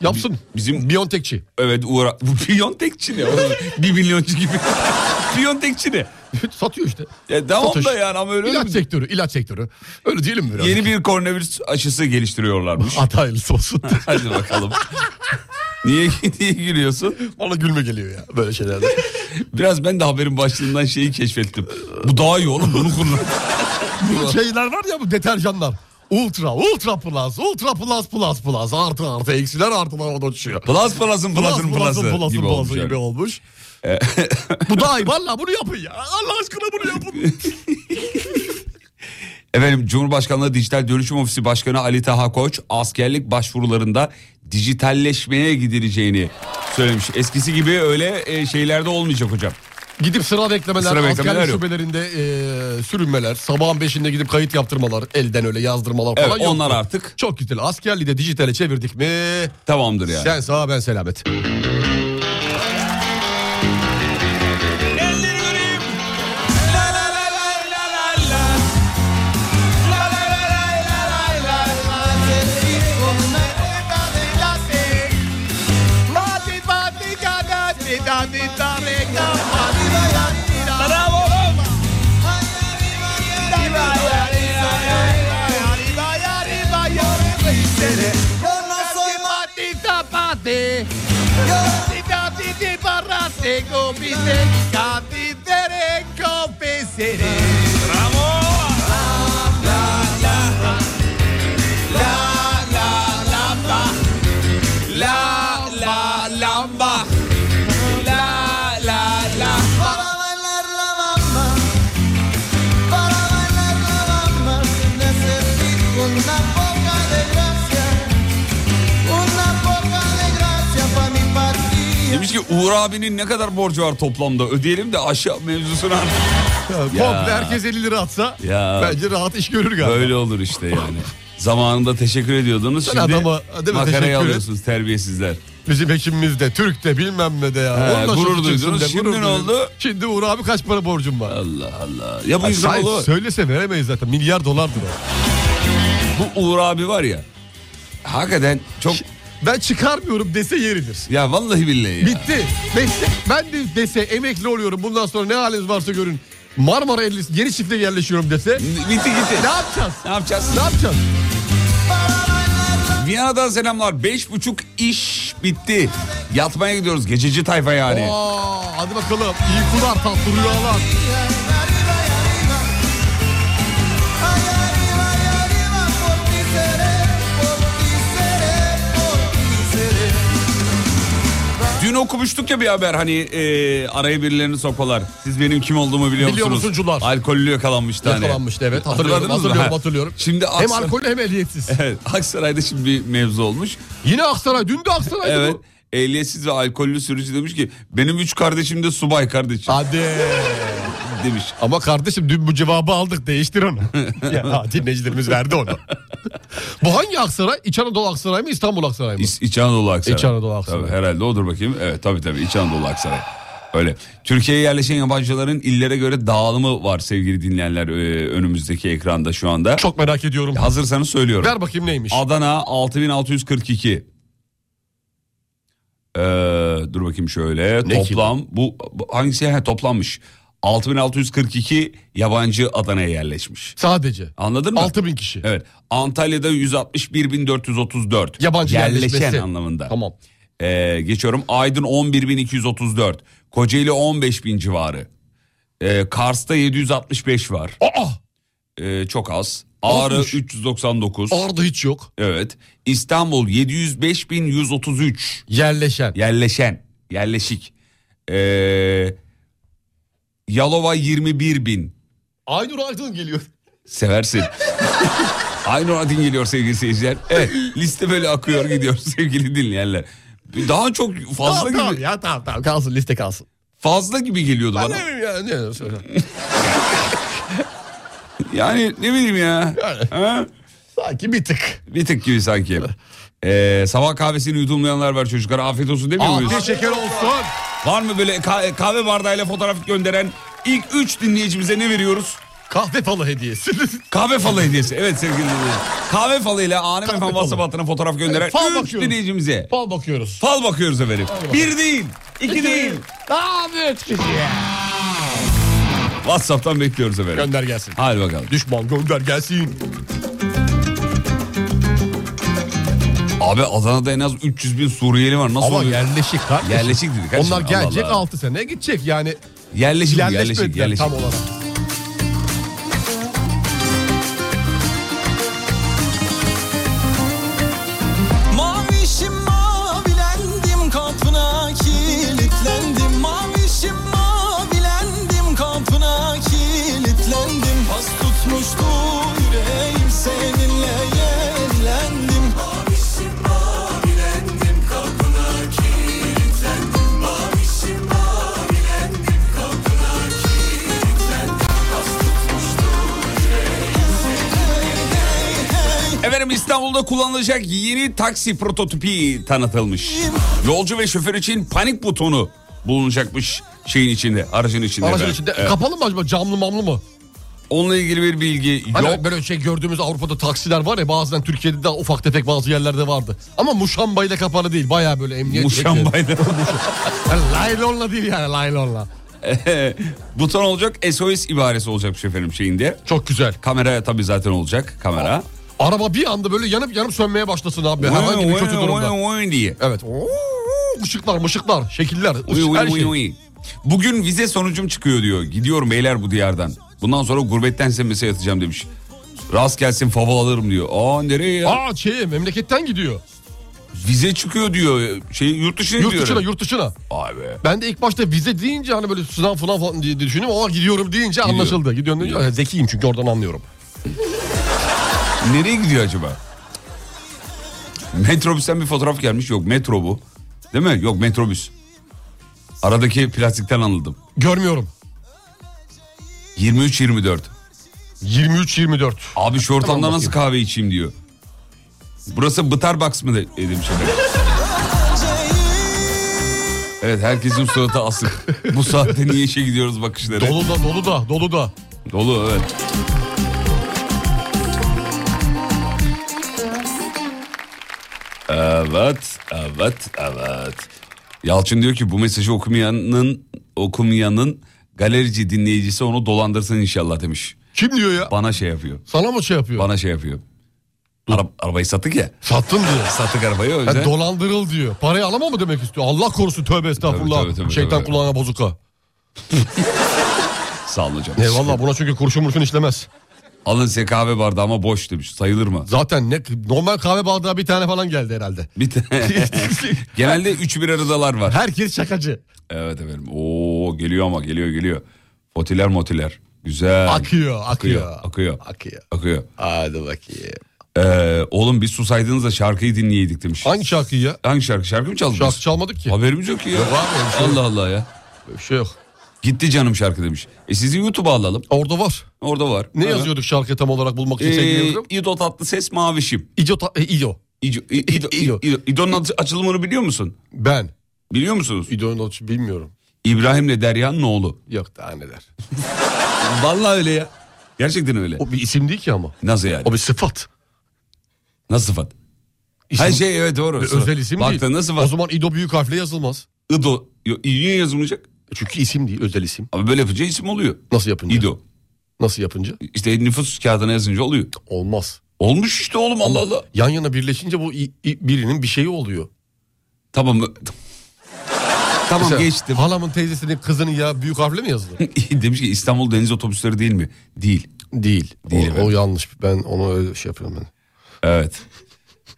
yapsın.
Bizim-
Biyontekçi.
Evet Uğur... Bu Biyontekçi ne? oğlum? bir milyoncu gibi. Biyontekçi ne?
Satıyor işte.
Ya tamam
Satış.
da yani ama öyle
İlaç
mi?
sektörü, ilaç sektörü. Öyle diyelim mi biraz?
Yeni bir koronavirüs aşısı geliştiriyorlarmış.
At hayırlısı olsun.
Hadi bakalım. Niye, niye gülüyorsun?
Bana gülme geliyor ya böyle şeylerde.
Biraz ben de haberin başlığından şeyi keşfettim. Bu daha iyi oğlum bunu kullan.
bu şeyler var ya bu deterjanlar. Ultra, ultra plus, ultra plus plus plus. Artı artı, eksiler artılar orada uçuyor.
Plus plus'ın plus'ın plus'ı gibi,
plus'ın
olmuş.
plus'ı gibi
yani. E-
olmuş. bu daha iyi. Valla bunu yapın ya. Allah aşkına bunu yapın.
Efendim Cumhurbaşkanlığı Dijital Dönüşüm Ofisi Başkanı Ali Taha Koç askerlik başvurularında dijitalleşmeye gidileceğini söylemiş. Eskisi gibi öyle e, şeylerde olmayacak hocam.
Gidip sıra beklemeler,
Sıra beklemeler
askerlik
yok.
şubelerinde eee, sürünmeler, sabahın beşinde gidip kayıt yaptırmalar, elden öyle yazdırmalar falan
Evet
yok.
onlar artık
Çok güzel. Askerliği de dijitale çevirdik mi?
tamamdır yani.
Sen sağ ben selamet.
Demiş ki Uğur abinin ne kadar borcu var toplamda ödeyelim de aşağı mevzusuna.
Komple herkes 50 lira atsa
Ya.
bence rahat iş görür galiba.
Böyle olur işte yani. Zamanında teşekkür ediyordunuz
Sen
şimdi
adama, değil mi, teşekkür et.
makaraya alıyorsunuz terbiyesizler.
Bizim hekimimiz de, Türk de bilmem ne de ya.
He,
Onunla
gurur
şunu
duydunuz,
çıksın de,
şimdi
gurur
ne
duydunuz.
oldu?
Şimdi Uğur abi kaç para borcum var?
Allah Allah. Ya bu
Ay,
yüzden
say-
olur.
söylese veremeyiz zaten. Milyar dolardır o.
Bu Uğur abi var ya. Hakikaten çok
Ben çıkarmıyorum dese yeridir.
ya vallahi billahi ya.
Bitti. Meslek, ben de dese emekli oluyorum bundan sonra ne haliniz varsa görün. Marmara 50 yeni çifte yerleşiyorum dese
Bitti gitti.
ne yapacağız?
Ne yapacağız?
Ne yapacağız?
Viyana'dan selamlar. Beş buçuk iş bitti. Yatmaya gidiyoruz. Gececi tayfa yani.
Aa, hadi bakalım. İyi kular tatlı rüyalar.
Dün okumuştuk ya bir haber hani e, araya birilerini sokalar. Siz benim kim olduğumu biliyor
Biliyor
musunuz?
musuncular.
Alkollü yakalanmıştı hani.
Yakalanmıştı evet. Hatırlıyorum
Hatırladınız mı?
hatırlıyorum,
Ha.
hatırlıyorum.
Şimdi
hem
Aksaray-
alkollü hem ehliyetsiz.
Evet, Aksaray'da şimdi bir mevzu olmuş.
Yine Aksaray. Dün de Aksaray'dı
Evet.
bu.
ehliyetsiz ve alkollü sürücü demiş ki benim üç kardeşim de subay kardeşim
Hadi. Ah.
demiş.
Ama kardeşim dün bu cevabı aldık değiştir onu. ya, dinleyicilerimiz verdi onu. bu hangi Aksaray? İç Anadolu Aksaray mı İstanbul Aksaray mı?
İç, İç Anadolu Aksaray.
İç Anadolu Aksaray.
Tabii, herhalde odur bakayım. Evet tabii tabii İç Anadolu Aksaray. Öyle. Türkiye'ye yerleşen yabancıların illere göre dağılımı var sevgili dinleyenler e, önümüzdeki ekranda şu anda.
Çok merak ediyorum.
Hazırsanız söylüyorum.
Ver bakayım neymiş.
Adana 6642. Ee, dur bakayım şöyle.
Ne ki
toplam bu, bu hangisi ha, toplanmış. 6642 yabancı Adana'ya yerleşmiş.
Sadece.
Anladın mı?
6000 kişi.
Evet. Antalya'da 161.434.
Yabancı
Yerleşen
yerleşmesi.
anlamında.
Tamam.
Ee, geçiyorum. Aydın 11.234. Kocaeli 15.000 civarı. Ee, Kars'ta 765 var.
Aa!
Ee, çok az. Ağrı
Azmış.
399.
Ağrı'da hiç yok.
Evet. İstanbul 705.133
Yerleşen.
yerleşen, yerleşik. Ee, Yalova 21.000
Aynur Aydın geliyor.
seversin. Aynur Adin geliyor sevgili seyirciler. Evet, liste böyle akıyor gidiyor sevgili dinleyenler. Daha çok fazla
Tamam,
gibi
tamam ya tamam tamam kalsın liste kalsın.
fazla gibi geliyordu
Ben
bana.
ne bileyim ya ne söyle.
Yani ne bileyim ya.
Yani.
Ha?
Sanki bir tık.
Bir tık gibi sanki. Ee, sabah kahvesini yudumlayanlar var çocuklar. Afiyet olsun demiyor muyuz?
Afiyet şeker olsun.
Var mı böyle kah- kahve bardağıyla fotoğraf gönderen ilk 3 dinleyicimize ne veriyoruz?
Kahve falı hediyesi.
Kahve falı hediyesi. Evet sevgili dinleyiciler. Kahve falıyla Anem Efendim
falı.
WhatsApp hattına fotoğraf gönderen
Fal
3
bakıyoruz.
dinleyicimize.
Fal bakıyoruz.
Fal bakıyoruz efendim. Bir değil, iki değil.
Abi üç
şey.
kişi.
WhatsApp'tan bekliyoruz efendim.
Gönder gelsin.
Hadi bakalım.
Düşman gönder gelsin.
Abi Adana'da en az 300 bin Suriyeli var. Nasıl
Ama
oluyor?
yerleşik kardeşim.
Yerleşik dedik. ha
Onlar
şimdi,
gelecek
Allah Allah.
6 seneye gidecek yani.
Yerleşik, yerleşik, yerleşik.
Yerleşmediler tam olarak.
Mavişim mavilendim kapına kilitlendim Mavişim mavilendim kapına kilitlendim Pas tutmuştu yüreğim seninle yenilendim Mavişim mavilendim kapına kilitlendim Mavişim mavilendim kapına kilitlendim Pas tutmuştu
Efendim İstanbul'da kullanılacak yeni taksi prototipi tanıtılmış. Yolcu ve şoför için panik butonu bulunacakmış şeyin içinde, aracın içinde.
Aracın
efendim.
içinde
Evet.
kapalı mı acaba camlı mamlı mı?
Onunla ilgili bir bilgi yok.
Hani böyle şey gördüğümüz Avrupa'da taksiler var ya bazen Türkiye'de de ufak tefek bazı yerlerde vardı. Ama muşambayla kapalı değil baya böyle emniyet.
Muşambayla.
Yani laylonla değil yani laylonla.
Buton olacak, SOS ibaresi olacakmış efendim şeyinde.
Çok güzel.
Kamera tabii zaten olacak, kamera.
Araba bir anda böyle yanıp yanıp sönmeye başlasın abi. Herhangi bir kötü
Oy, oy,
durumda.
oy diye.
Evet. Işıklar mışıklar şekiller
Uy, uy,
her
uy,
şey.
uy. Bugün vize sonucum çıkıyor diyor. Gidiyorum beyler bu diyardan. Bundan sonra gurbetten semmese yatacağım demiş. Rast gelsin favol alırım diyor. Aa nereye ya?
Aa şey memleketten gidiyor.
Vize çıkıyor diyor. Şey yurt dışına
Yurt
gidiyorum.
dışına yurt dışına.
Vay be.
Ben de ilk başta vize deyince hani böyle Sudan falan falan diye düşündüm. Aa gidiyorum deyince anlaşıldı. Gidiyorum deyince, "Aa, zekiyim çünkü oradan anlıyorum.
Nereye gidiyor acaba? Metrobüsten bir fotoğraf gelmiş. Yok metro bu. Değil mi? Yok metrobüs. Aradaki plastikten anladım.
Görmüyorum.
23-24.
23-24.
Abi şu ortamda
bakayım.
nasıl kahve içeyim diyor. Burası Bıtarbox mı de- demiş efendim. Evet herkesin suratı asık. Bu saatte niye işe gidiyoruz bakışları.
Dolu da dolu da dolu da.
Dolu evet. Evet, evet, evet. Yalçın diyor ki bu mesajı okumayanın okumayanın galerici dinleyicisi onu dolandırsın inşallah demiş.
Kim diyor ya?
Bana şey yapıyor.
Sana mı şey yapıyor?
Bana şey yapıyor. Ara- arabayı sattık ya.
Sattın diyor.
Sattık arabayı o
Ya
yüzden.
dolandırıl diyor. Parayı alamam mı demek istiyor? Allah korusun tövbe estağfurullah.
Tabii, tabii, tabii,
Şeytan
tabii.
kulağına bozuka.
Sağ olun hocam.
Ne valla buna çünkü kurşun murşun işlemez.
Alın size kahve bardağı ama boş demiş. Sayılır mı?
Zaten ne normal kahve bardağı bir tane falan geldi herhalde.
Bir tane. Genelde 3 bir aradalar var.
Herkes şakacı.
Evet efendim. Oo geliyor ama geliyor geliyor. Fotiler motiler. Güzel.
Akıyor, akıyor.
Akıyor. Akıyor.
Akıyor.
Akıyor.
Hadi bakayım.
Ee, oğlum biz susaydınız da şarkıyı dinleyeydik demiş.
Hangi şarkıyı ya?
Hangi şarkı? Şarkı mı çaldınız?
Şarkı çalmadık ki.
Haberimiz yok ki ya.
Yok abi, bir şey yok.
Allah Allah ya.
Bir şey yok.
Gitti canım şarkı demiş. E sizi YouTube'a alalım.
Orada var.
Orada var.
Ne
Ha.
yazıyorduk şarkıyı tam olarak bulmak için sevgili
Ee,
Yıldırım?
İdo tatlı ses mavişim.
İco, ta- e, İdo.
İdo, İ- İdo, İ-
İdo.
İdo- İdo'nun aç- açılımını biliyor musun?
Ben.
Biliyor musunuz?
İdo'nun adı bilmiyorum.
İbrahim'le Derya'nın oğlu.
Yok daha neler.
Vallahi öyle ya. Gerçekten öyle.
O bir isim değil ki ama.
Nasıl yani?
O bir sıfat.
Nasıl sıfat?
İsim,
Her şey evet doğru.
bir özel isim
Baktığında
değil.
nasıl
O
var?
zaman İdo büyük harfle yazılmaz.
İdo. Yo, İyi niye yazılmayacak?
Çünkü isim değil özel isim.
Ama böyle yapınca isim oluyor.
Nasıl yapınca?
İdo.
Nasıl yapınca?
İşte nüfus kağıdına yazınca oluyor.
Olmaz.
Olmuş işte oğlum Allah Allah.
Yan yana birleşince bu i- i- birinin bir şeyi oluyor.
Tamam. tamam
Mesela
geçtim.
Halamın teyzesinin kızının ya büyük harfle mi yazılır?
Demiş ki İstanbul deniz otobüsleri değil mi? Değil.
değil.
Değil
o,
efendim.
o yanlış. Ben onu öyle şey yapıyorum ben.
Evet.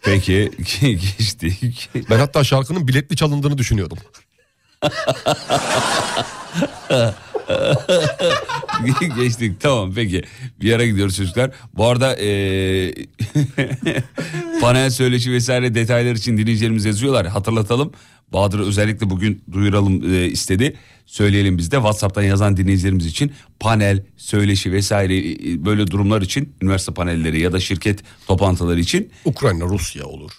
Peki geçtik.
Ben hatta şarkının biletli çalındığını düşünüyordum.
geçtik tamam peki. Bir ara gidiyoruz çocuklar. Bu arada eee panel söyleşi vesaire detaylar için dinleyicilerimiz yazıyorlar. Hatırlatalım. Bahadır özellikle bugün duyuralım eee, istedi. Söyleyelim biz de WhatsApp'tan yazan dinleyicilerimiz için panel, söyleşi vesaire eee, böyle durumlar için üniversite panelleri ya da şirket toplantıları için
Ukrayna, Rusya olur.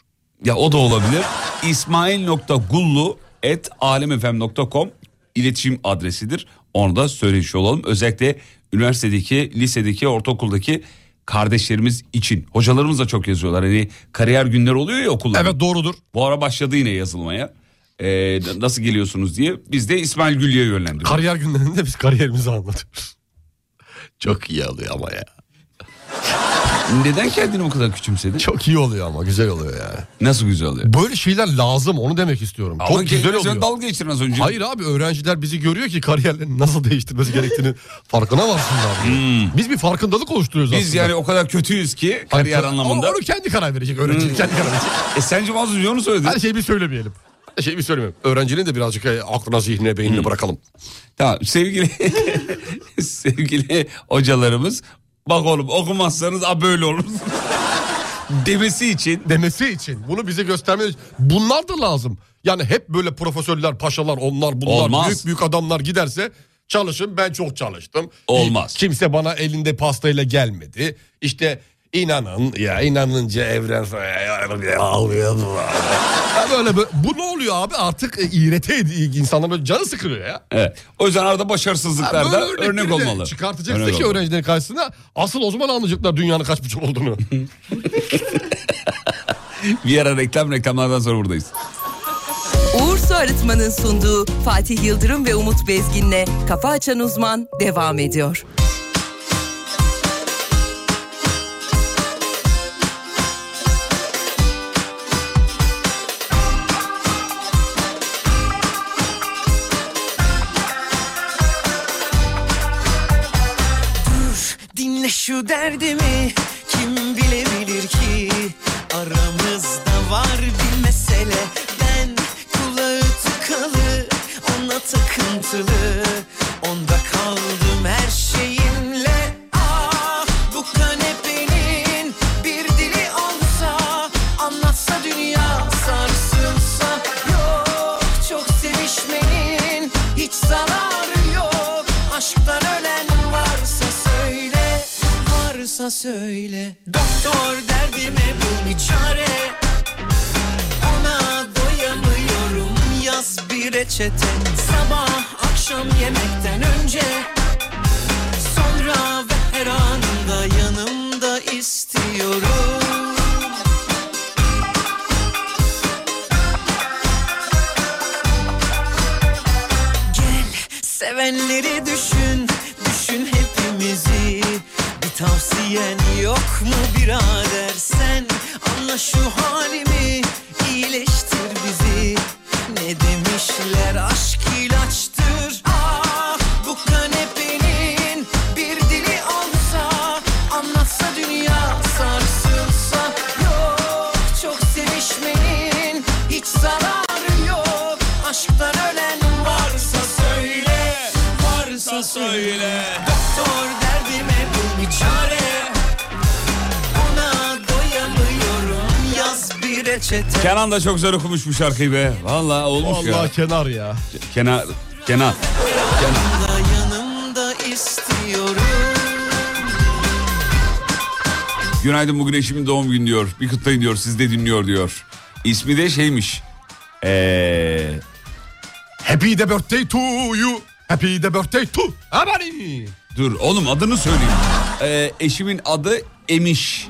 Ya o da olabilir. İsmail.gullu et alemfm.com iletişim adresidir. Onu da söylemiş olalım. Özellikle üniversitedeki, lisedeki, ortaokuldaki kardeşlerimiz için. Hocalarımız da çok yazıyorlar. Hani kariyer günleri oluyor ya okullarda.
Evet doğrudur.
Bu ara başladı yine yazılmaya. Ee, nasıl geliyorsunuz diye. Biz de İsmail Güllü'ye yönlendiriyoruz.
Kariyer günlerinde biz kariyerimizi anlatıyoruz. Çok iyi oluyor ama ya.
Neden kendini bu kadar küçümsedin?
Çok iyi oluyor ama güzel oluyor yani.
Nasıl güzel oluyor?
Böyle şeyler lazım onu demek istiyorum.
Ama
Çok güzel
kendine
oluyor.
Dalga geçtirin az önce.
Hayır abi öğrenciler bizi görüyor ki kariyerlerini nasıl değiştirmesi gerektiğini farkına varsınlar. Biz bir farkındalık oluşturuyoruz
Hmm. Biz
aslında.
yani o kadar kötüyüz ki
Hayır,
kariyer
o-
anlamında.
Onu kendi karar verecek öğrenci. Kendi karar verecek.
E sence az önce onu söyledin.
Her şeyi bir söylemeyelim. Her şeyi bir söylemeyelim. Öğrencinin de birazcık e, aklına, zihnine, beynine
Hmm.
bırakalım.
Tamam sevgili sevgili hocalarımız bak oğlum okumazsanız a böyle olur demesi için
Demesi için. Bunu bize göstermeli. Bunlar da lazım. Yani hep böyle profesörler, paşalar, onlar, bunlar,
Olmaz.
büyük büyük adamlar giderse çalışın ben çok çalıştım.
Olmaz.
Hiç Kimse bana elinde pastayla gelmedi. İşte inanın ya inanınca evren Ya böyle, böyle bu ne oluyor abi artık e, iğrete ed- insanlar böyle canı sıkılıyor ya.
evet. o yüzden arada
Ya
başarısızlıklarda
böyle örnekleri
örnek
de
olmalı.
Çıkartacaksın
Örnek
ki
olmalı.
öğrencilerin karşısına asıl o zaman anlayacaklar dünyanın kaç buçuk olduğunu.
Bir ara reklam reklamlardan sonra buradayız.
Uğur Su Arıtma'nın sunduğu Fatih Yıldırım ve Umut Bezgin'le Kafa Açan Uzman devam ediyor.
Dinle şu derdimi kim bilebilir ki Aramızda var bir mesele Ben kulağı tıkalı ona takıntılı Onda kaldım her şeyimle Ah bu kanepenin bir dili olsa Anlatsa dünya sarsılsa Yok çok sevişmenin hiç zararı yok Aşktan ölen varsa söyle Varsa söyle Doktor derdime bul bir çare ona doyamıyorum Yaz bir reçete Sabah akşam yemekten önce Sonra ve her anında yanımda istiyorum Gel sevenleri düşün Düşün hepimizi Bir tavsiyen yok mu birader Sen anla şu halimi iyileştir bizi Ne demişler aşk ilaçtır Ah bu kanepenin bir dili olsa Anlatsa dünya sarsılsa Yok çok sevişmenin hiç zararı yok Aşktan ölen varsa söyle Varsa söyle Doktor derdime bul bir çare Ona doyamıyorum peçete
Kenan da çok güzel okumuş bu şarkıyı be. Valla olmuş ya.
Vallahi kenar ya.
Kenan, Kenan.
da yanımda istiyorum
Günaydın bugün eşimin doğum günü diyor. Bir kutlayın diyor. Siz de dinliyor diyor. İsmi de şeymiş. Ee, Eee...
Happy the birthday to you. Happy the birthday to Amani.
Dur oğlum adını söyleyeyim. Ee, eşimin adı Emiş.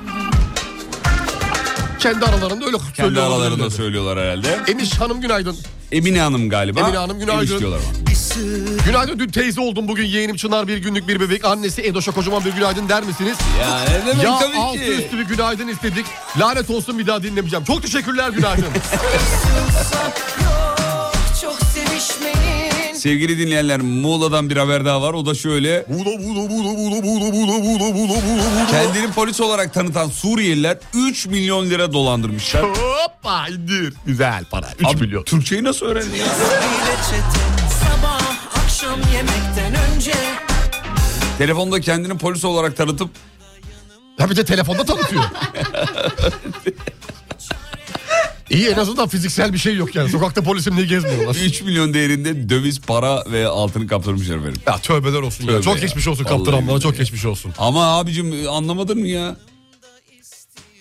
Kendi aralarında öyle
Kendi
söylüyor
aralarında
olabilirler.
söylüyorlar herhalde.
Emiş Hanım günaydın.
Emine Hanım galiba.
Emine Hanım, günaydın.
Emiş diyorlar bana.
Günaydın dün teyze oldum bugün yeğenim Çınar bir günlük bir bebek. Annesi Edoş'a kocaman bir günaydın der misiniz?
Ya ne demek
Ya
tabii
altı
ki.
üstü bir günaydın istedik. Lanet olsun bir daha dinlemeyeceğim. Çok teşekkürler günaydın.
Çok sevişmenin
Sevgili dinleyenler Muğla'dan bir haber daha var. O da şöyle. Kendini polis olarak tanıtan Suriyeliler 3 milyon lira dolandırmışlar.
Hoppa indir. Güzel para. 3
Abi,
milyon.
Türkçeyi nasıl öğrendin ya?
ile çetin Sabah Ah, akşam yemekten önce
Telefonda kendini polis olarak tanıtıp
Ha bir de telefonda tanıtıyor. İyi en azından fiziksel bir şey yok yani. Sokakta polisim niye gezmiyorlar?
3 milyon değerinde döviz, para ve altını kaptırmışlar efendim.
Ya tövbeler olsun ya.
Tövbe
Çok
ya.
geçmiş olsun
Vallahi
kaptıranlara
billahi.
çok geçmiş olsun.
Ama abicim anlamadın mı ya?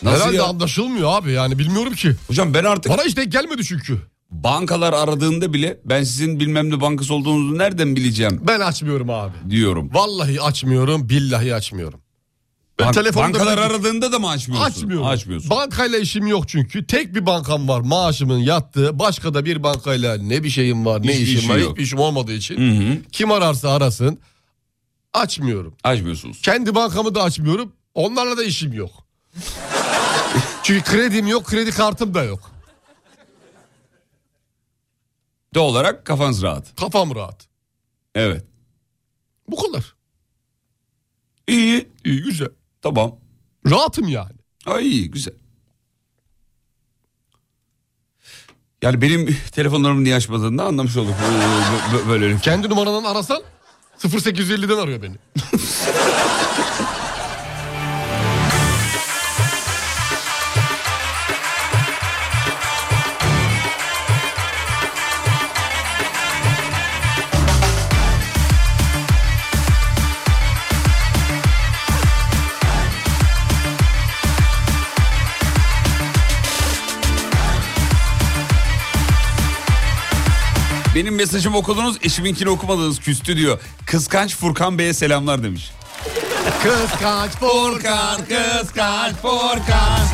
Nasıl
Herhalde
ya?
anlaşılmıyor abi yani bilmiyorum ki.
Hocam ben artık
Bana hiç denk gelmedi çünkü.
bankalar aradığında bile ben sizin bilmem ne bankası olduğunuzu nereden bileceğim
Ben açmıyorum abi.
diyorum.
Vallahi açmıyorum, billahi açmıyorum. Ben
Ban-
telefonda
bankalar
ben-
aradığında da mı açmıyorsun?
Açmıyorum.
Açmıyorsun.
Bankayla işim yok çünkü. Tek bir bankam var maaşımın yattığı. Başka da bir bankayla ne bir şeyim var ne
Hiçbir
işim
işi
var.
yok.
Hiçbir işim olmadığı için.
Hı hı.
Kim ararsa arasın. Açmıyorum.
Açmıyorsunuz.
Kendi bankamı da açmıyorum. Onlarla da işim yok. çünkü kredim yok, kredi kartım da yok.
Doğal olarak kafanız rahat.
Kafam rahat.
Evet.
Bu kadar.
İyi.
İyi güzel.
Tamam.
Rahatım yani.
Ay iyi güzel. Yani benim telefonlarımı niye açmadığını da anlamış olduk. Bu- bu- bu- Böyle
Kendi numaradan arasan 0850'den arıyor beni.
Benim mesajımı okudunuz, eşiminkini okumadınız küstü diyor. Kıskanç Furkan Bey'e selamlar demiş.
Kıskanç Furkan,
kıskanç Furkan.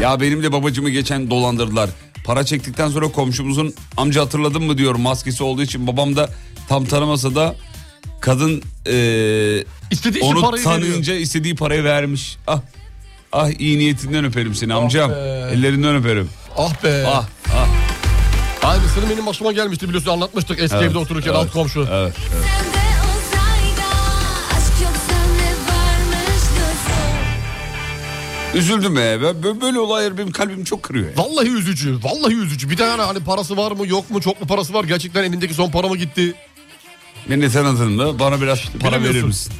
Ya benim de babacımı geçen dolandırdılar. Para çektikten sonra komşumuzun amca hatırladın mı diyor maskesi olduğu için. Babam da tam tanımasa da kadın eee,
İstediği için
onu
parayı veriyor.
tanıyınca istediği parayı vermiş. Ah, ah iyi niyetinden öperim seni amcam.
Ah be.
Ellerinden öperim.
Ah be.
Ah,
Aynısını benim başıma gelmişti biliyorsun anlatmıştık eski evde otururken alt komşu.
evet. Üzüldüm be. Ben- ben- Böyle olaylar benim kalbimi çok kırıyor. ya.
Vallahi üzücü, vallahi üzücü. Bir tane hani parası var mı yok mu çok mu parası var gerçekten elindeki son para mı gitti?
Beni tanıdın da bana biraz para verir
bilemiyorsun.
misin?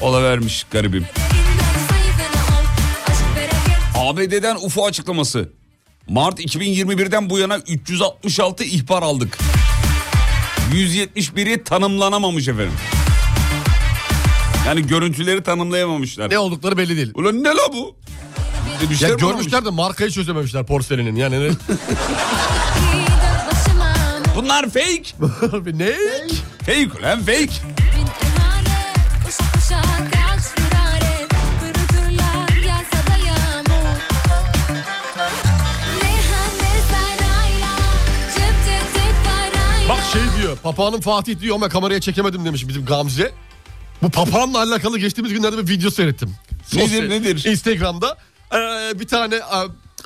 Ola vermiş garibim. ABD'den UFO açıklaması. Mart 2021'den bu yana 366 ihbar aldık. 171'i tanımlanamamış efendim. Yani görüntüleri tanımlayamamışlar.
Ne oldukları belli değil.
Ulan ne la bu? şey Demişler
Ya
mi
görmüşler de markayı çözememişler porselenin yani. Ne?
olmuş? Bunlar fake.
ne?
Fake lan fake.
Bak şey diyor papağanım Fatih diyor ama kameraya çekemedim demiş bizim Gamze. Bu papağanla alakalı geçtiğimiz günlerde bir video seyrettim.
Nedir, nedir?
Instagram'da eee, bir tane eee,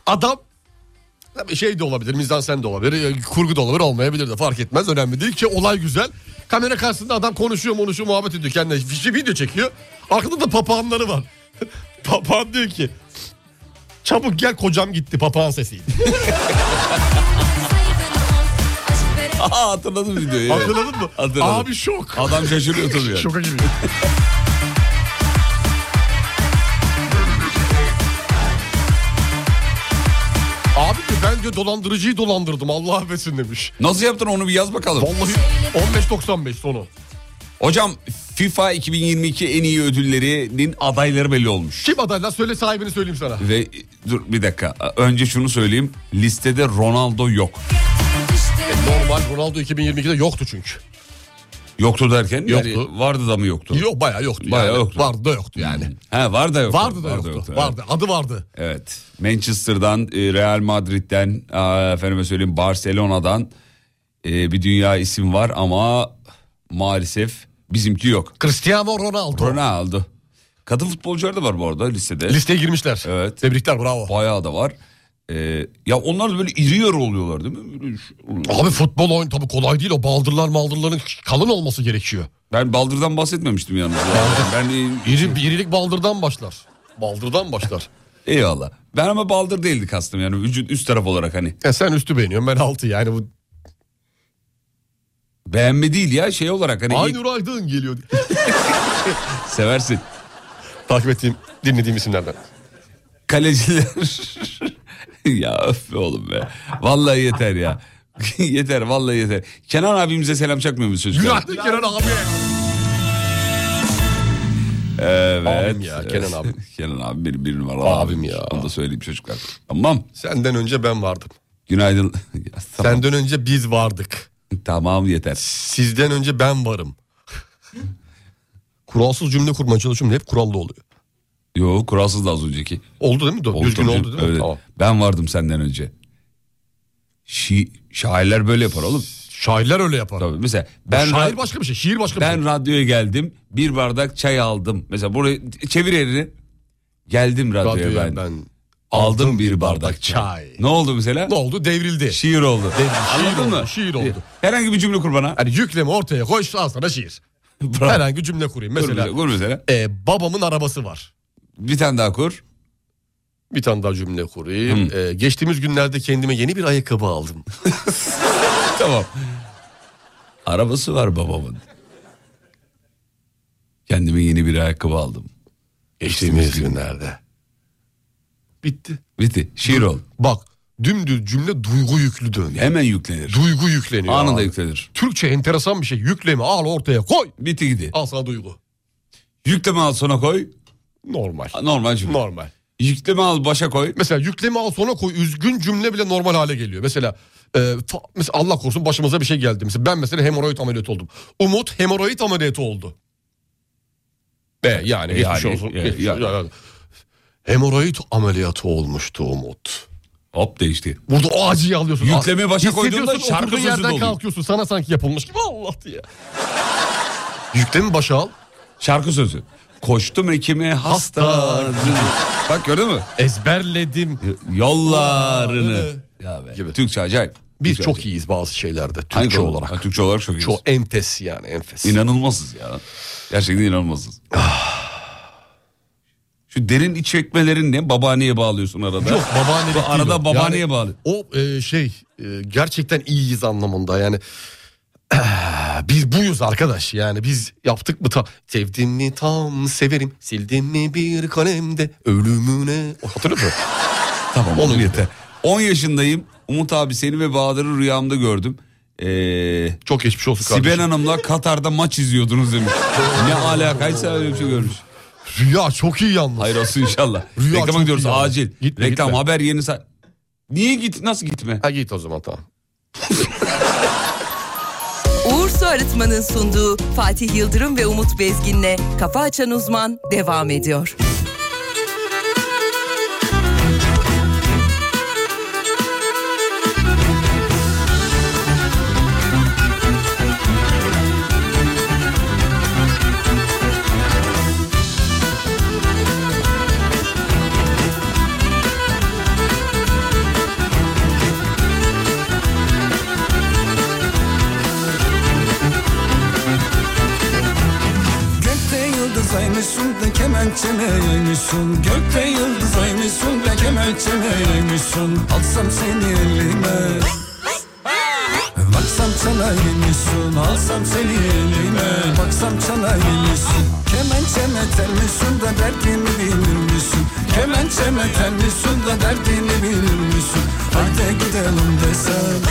adam Tabii şey de olabilir, mizansen de olabilir, e, kurgu da olabilir, olmayabilir de fark etmez. Önemli değil ki olay güzel. Kamera karşısında adam konuşuyor, konuşuyor, muhabbet ediyor. Kendine fişi video çekiyor. Arkada da papağanları var. Papağan diyor ki, çabuk gel kocam gitti papağan sesiyle.
Aha hatırladım videoyu. evet.
Hatırladın mı?
Hatırladım.
Abi şok.
Adam şaşırıyor tabii yani.
Şoka gibi. önce dolandırıcıyı dolandırdım Allah affetsin demiş.
Nasıl yaptın onu bir yaz bakalım.
Vallahi 15.95 sonu.
Hocam FIFA 2022 en iyi ödüllerinin adayları belli olmuş.
Kim adaylar söyle sahibini söyleyeyim sana.
Ve dur bir dakika. Önce şunu söyleyeyim. Listede Ronaldo yok.
Normal Ronaldo 2022'de yoktu çünkü.
Yoktu derken yoktu.
Yoktu.
vardı da mı yoktu?
Yok bayağı yoktu.
Bayağı
yani.
yoktu.
Vardı da yoktu yani.
He var da yoktu.
Vardı da yoktu.
evet.
Vardı. Adı vardı.
Evet. Manchester'dan, e, Real Madrid'den, e, efendime söyleyeyim Barcelona'dan e, bir dünya isim var ama maalesef bizimki yok.
Cristiano Ronaldo.
Ronaldo. Kadın futbolcular da var bu arada listede.
Listeye girmişler.
Evet.
Tebrikler bravo.
Bayağı da var. E, ya onlar da böyle iri yarı oluyorlar değil mi? Böyle şu-
Abi futbol oyun tabii kolay değil. O baldırlar maldırların kalın olması gerekiyor.
Ben baldırdan bahsetmemiştim yalnız. ben e,
İri, irilik baldırdan başlar. Baldırdan başlar.
eyvallah. Ben ama baldır değildi kastım yani vücut üst taraf olarak hani.
ya sen üstü beğeniyorsun ben altı yani. Bu...
Beğenme değil ya şey olarak hani iyi-
Aynur Aydın geliyor.
seversin.
Takip ettiğim, dinlediğim isimlerden.
Kaleciler. ya öf be oğlum be. Vallahi yeter ya. yeter vallahi yeter. Kenan abimize selam çakmıyor musun çocuklar?
Günaydın Kenan abi.
Evet.
Abim ya, Kenan
Evet.
abim.
Kenan abi bir, bir numaralı
Abim
abimdir.
ya.
Onu da söyleyeyim çocuklar. Tamam.
Senden önce ben vardım.
Günaydın. Ya, tamam.
Senden önce biz vardık.
tamam yeter.
Sizden önce ben varım. Kuralsız cümle kurmaya çalışıyorum. Hep kurallı oluyor.
Yo kuralsız da az önceki.
Oldu değil mi?
Oldu
Düzgün
tabii.
oldu değil mi?
Evet.
Tamam.
Ben vardım senden önce. Şi, şairler böyle yapar oğlum.
Şairler öyle yapar.
Tabii mesela ben
Şair başka bir şey, şiir başka bir
Ben
şey.
radyoya geldim. Bir bardak çay aldım. Mesela burayı çevir elini. Geldim radyoya,
Radyoya
ben.
ben.
Aldım bir bardak
bardak
çay.
çay.
Ne oldu mesela?
Ne oldu? Devrildi.
Şiir oldu.
Devrildi. Şiir
Anladın
oldu,
mı?
şiir oldu.
Herhangi bir cümle kur bana.
Hani yüklemi ortaya koy al sana şiir.
Bravo.
Herhangi cümle kurayım.
Kur
Mesela
mesela, kur mesela.
e, babamın arabası var.
Bir tane daha kur.
Bir tane daha cümle kurayım. E, geçtiğimiz günlerde kendime yeni bir ayakkabı aldım.
tamam. Arabası var babamın. Kendime yeni bir ayakkabı aldım.
Geçtiğimiz günlerde. Bitti.
Bitti. Şiir ol.
Bak dümdüz cümle duygu yüklü dön.
Hemen yüklenir.
Duygu yükleniyor.
Anında
abi.
yüklenir.
Türkçe enteresan bir şey. Yüklemi al ortaya koy.
Bitti gidi.
Al sana duygu.
Yükleme al sona koy.
Normal.
Normal cümle.
Normal.
Yükleme al başa koy.
Mesela yüklemi al sona koy. Üzgün cümle bile normal hale geliyor. Mesela e, fa- mesela Allah korusun başımıza bir şey geldi. Mesela ben mesela hemoroid ameliyatı oldum. Umut hemoroid ameliyatı oldu. Be yani geçmiş
Yani,
olsun.
e,
geçmiş
yani.
olsun. Hemoroid ameliyatı olmuştu Umut.
Hop değişti.
Burada o acıyı alıyorsun.
Yüklemi başa koyduğunda
Hissediyorsun,
şarkı
oturduğun
sözü
yerden
doluyor.
kalkıyorsun. Sana sanki yapılmış gibi Allah diye. Yüklemi başa al.
Şarkı sözü. Koştum ekime hasta. Bak gördün mü?
Ezberledim.
Yollarını. Ya be.
Gibi.
Türkçe acayip.
Biz
Türkçe
çok
acayip.
iyiyiz bazı şeylerde.
Hangi
Türkçe
konuda?
olarak.
Ha, Türkçe olarak çok iyiyiz.
Çok enfes yani enfes.
İnanılmazız ya. Gerçekten inanılmazız. Şu derin iç çekmelerin ne? Babaanneye bağlıyorsun arada.
Yok babaannelik
Bu
değil
Arada
o.
babaanneye
Yani
bağlı.
O e, şey e, gerçekten iyiyiz anlamında yani. Biz buyuz arkadaş yani biz yaptık mı tam sevdim mi tam severim sildim mi bir kalemde ölümüne O, hatırlıyor musun?
Tamam
Onun
oğlum
gibi.
yeter. 10 yaşındayım. Umut abi seni ve Bahadır'ı rüyamda gördüm. Ee,
Çok geçmiş olsun kardeşim.
Sibel Hanım'la Katar'da maç izliyordunuz demiş. ne alakaysa öyle bir şey görmüş.
Rüya çok iyi yalnız.
Hayır olsun inşallah.
Rüya
Reklama
çok
gidiyoruz
iyi ya.
acil.
Gitme,
Reklam
gitme.
haber yeni sa- Niye git nasıl gitme?
Ha git o zaman tamam.
Uğur Su Arıtma'nın sunduğu Fatih Yıldırım ve Umut Bezgin'le Kafa Açan Uzman devam ediyor.
Gökte yıldız aymışsın da kemençeme yaymışsın Gökte yıldız aymışsın da kemençeme yaymışsın Alsam seni elime Baksam çana yemişsin Alsam seni elime Baksam çana yemişsin Kemençeme termişsin da derdimi bilirmişsin
Kemençeme telmişsin da derdini bilmişsin Haydi gidelim desem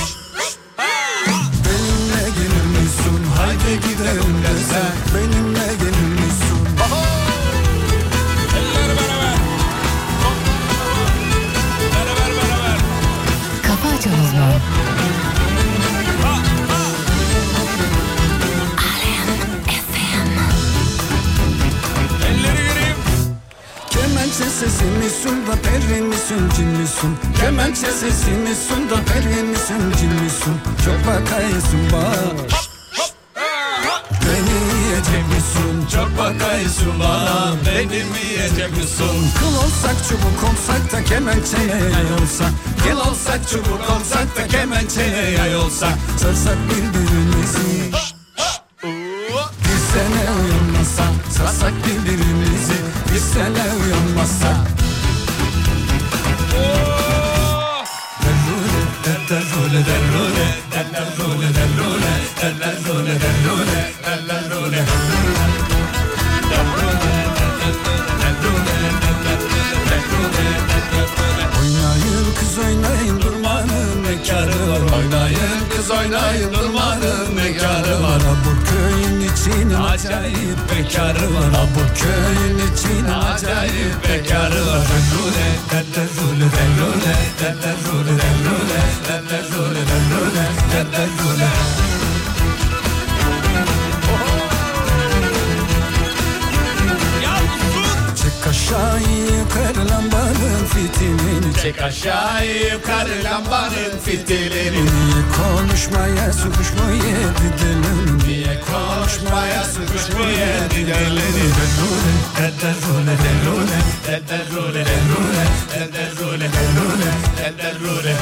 Benimle gelir misin? Haydi gidelim desem Benimle gelir misin?
Kafa Açan Uzman.
Kemençe sesi misin da peri misin cin misin? Kemençe sesi misin da peri misin cin misin? Çok bakayısın bak Beni yiyecek misin? Çok bakayısın bana Beni mi yiyecek misin? Kıl olsak çubuk olsak da kemençeye yayılsak Kıl olsak çubuk olsak da kemençeye yayılsak Sarsak birbirimizi bir sene uyanmasa Sarsak birbirimizi Bir sene uyanmasa Oynayın kız oynayın durmanın ne karı var Oynayın kız oynayın durmanın ne karı var Ha Bu köyün içinin acayip bekarı var Ha Bu köyün içinin acayip bekarı var Derrule derrule derrule derrule derrule derrule derrule derrule Çek aşağı yukarı lambanın fitilini Çek aşağı yukarı lambanın fitilini Niye konuşmaya sıkışmaya didelim Niye konuşmaya sıkışmaya didelim Derrule derrule derrule derrule derrule derrule derrule derrule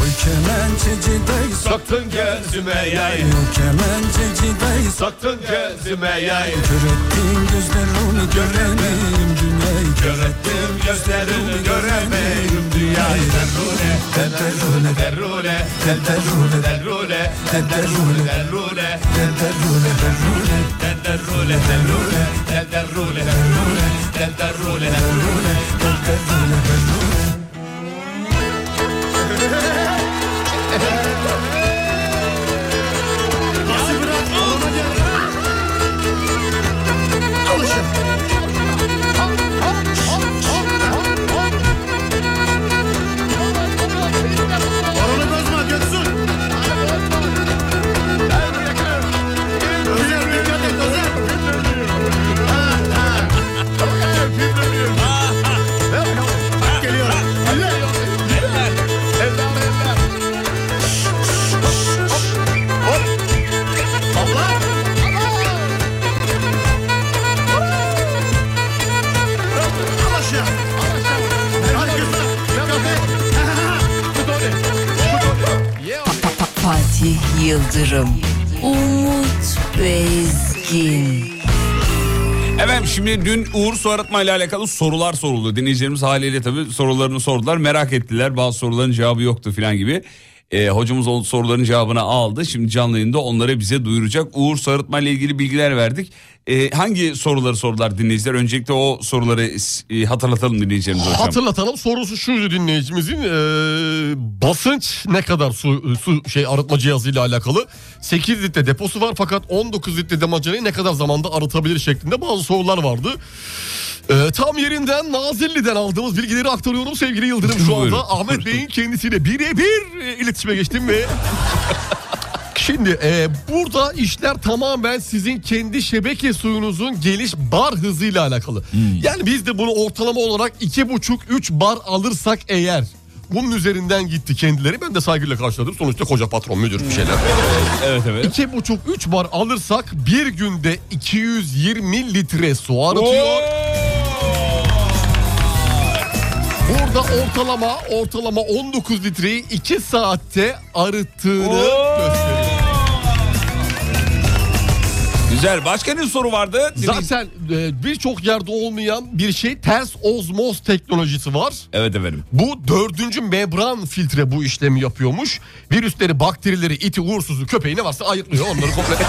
Oy kemençeci dayı
Saktın gözüme yayın.
Yok kemençeci dayı
Saktın gözüme yayın.
Kör ettin gözlerini göremeyim dünyayı Kör
Öğrettim gözlerini göremeyim dünyayı. Derrule, derrule, derrule, derrule, derrule, derrule, derrule, derrule, derrule, derrule, derrule, derrule, derrule.
Fatih Yıldırım. Umut Bezgin.
Efendim şimdi dün Uğur Su Arıtma ile alakalı sorular soruldu. Dinleyicilerimiz haliyle tabii sorularını sordular. Merak ettiler. Bazı soruların cevabı yoktu filan gibi. Ee, hocamız o soruların cevabını aldı. Şimdi canlı yayında onları bize duyuracak. Uğur Su Arıtma ile ilgili bilgiler verdik. Ee, hangi soruları sordular dinleyiciler? Öncelikle o soruları e, hatırlatalım dinleyicilerimize hocam.
Hatırlatalım sorusu şuydu dinleyicimizin eee, basınç ne kadar su, su şey arıtma cihazıyla alakalı 8 litre deposu var fakat 19 litre damacanayı ne kadar zamanda arıtabilir şeklinde bazı sorular vardı. Eee, tam yerinden Nazilli'den aldığımız bilgileri aktarıyorum sevgili Yıldırım şu
Buyurun.
anda Ahmet Bey'in kendisiyle birebir e, iletişime geçtim ve Şimdi e, burada işler tamamen sizin kendi şebeke suyunuzun geliş bar hızıyla alakalı.
Hmm.
Yani biz de bunu ortalama olarak 2,5-3 bar alırsak eğer bunun üzerinden gitti kendileri. Ben de saygıyla karşıladım. Sonuçta koca patron müdür bir şeyler.
Evet evet.
2,5-3 bar alırsak bir günde 220 litre su arıtıyor. Burada ortalama ortalama 19 litreyi 2 saatte arıttığını gösteriyor.
Güzel. Başka ne soru vardı?
Zaten e, birçok yerde olmayan bir şey ters ozmoz teknolojisi var.
Evet efendim.
Bu dördüncü membran filtre bu işlemi yapıyormuş. Virüsleri, bakterileri, iti, uğursuzu, köpeğini varsa ayıklıyor onları komple.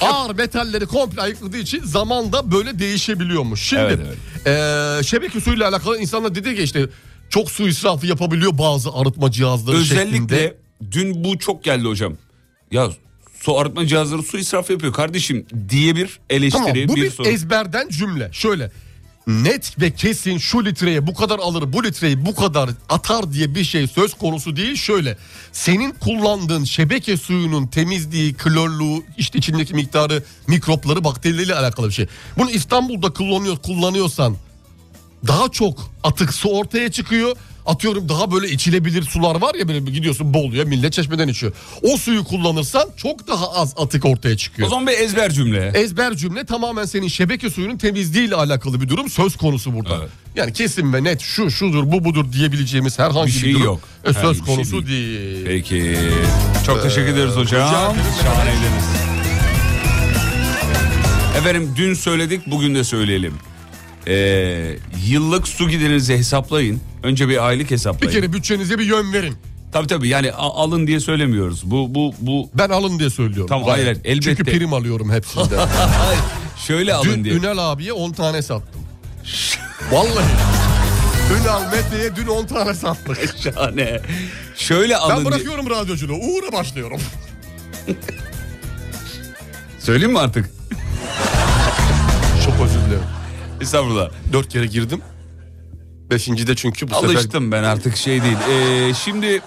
Ağır metalleri komple ayıkladığı için zamanda böyle değişebiliyormuş.
Evet,
Şimdi e, şebeke suyuyla alakalı insanlar dedi ki işte çok su israfı yapabiliyor bazı arıtma cihazları
Özellikle
şeklinde.
dün bu çok geldi hocam. Ya su arıtma cihazları su israfı yapıyor kardeşim diye bir eleştiri
Tamam bu
bir,
bir,
soru.
ezberden cümle. Şöyle net ve kesin şu litreye bu kadar alır bu litreyi bu kadar atar diye bir şey söz konusu değil. Şöyle senin kullandığın şebeke suyunun temizliği, klorluğu, işte içindeki miktarı, mikropları, bakterileriyle alakalı bir şey. Bunu İstanbul'da kullanıyor, kullanıyorsan daha çok atık su ortaya çıkıyor. Atıyorum daha böyle içilebilir sular var ya böyle bir gidiyorsun Bolu'ya millet çeşmeden içiyor. O suyu kullanırsan çok daha az atık ortaya çıkıyor.
o zaman bir ezber cümle.
Ezber cümle tamamen senin şebeke suyunun temizliğiyle alakalı bir durum söz konusu burada.
Evet.
Yani kesin ve net şu şudur bu budur diyebileceğimiz herhangi
Bir
bir,
şey
durum
yok.
e, söz
Herhangi bir şey
konusu
değil.
değil.
Peki. Çok teşekkür
Ee,
ederiz hocam. Şahaneydiniz. Efendim dün söyledik bugün de söyleyelim. Ee, yıllık su giderinizi hesaplayın. Önce bir aylık
Bir
hesaplayın.
kere bütçenize bir yön verin.
Tabii tabii yani a- alın diye söylemiyoruz. Bu bu bu
Ben alın diye söylüyorum.
Tamam,
Gayet.
hayır, hayır,
Çünkü
elbette.
prim alıyorum hepsinden.
şöyle alın
dün
diye.
Ünal abiye 10 tane sattım. Vallahi. Ünal Mete'ye dün 10 tane sattık.
Şahane. Şöyle alın
Ben
diye.
bırakıyorum radyoculuğu. Uğur'a başlıyorum.
Söyleyeyim mi artık?
Çok özür dilerim.
Estağfurullah.
4 kere girdim. Beşinci de çünkü bu sefer
Alıştım ben artık şey değil. Ee, şimdi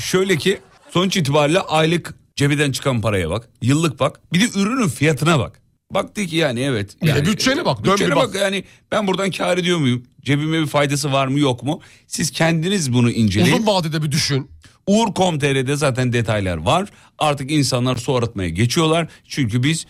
şöyle ki sonuç itibariyle aylık cebiden çıkan paraya bak. Yıllık bak. Bir de ürünün fiyatına bak. Baktık ki yani evet.
de
Yani, e,
bütçene bak, dön
Bütçene
bir
bak.
bak.
yani ben buradan kar ediyor muyum? Cebime bir faydası var mı yok mu? Siz kendiniz bunu inceleyin.
uzun vadede bir düşün.
Uğur.com.tr'de zaten detaylar var. Artık insanlar su arıtmaya geçiyorlar. Çünkü biz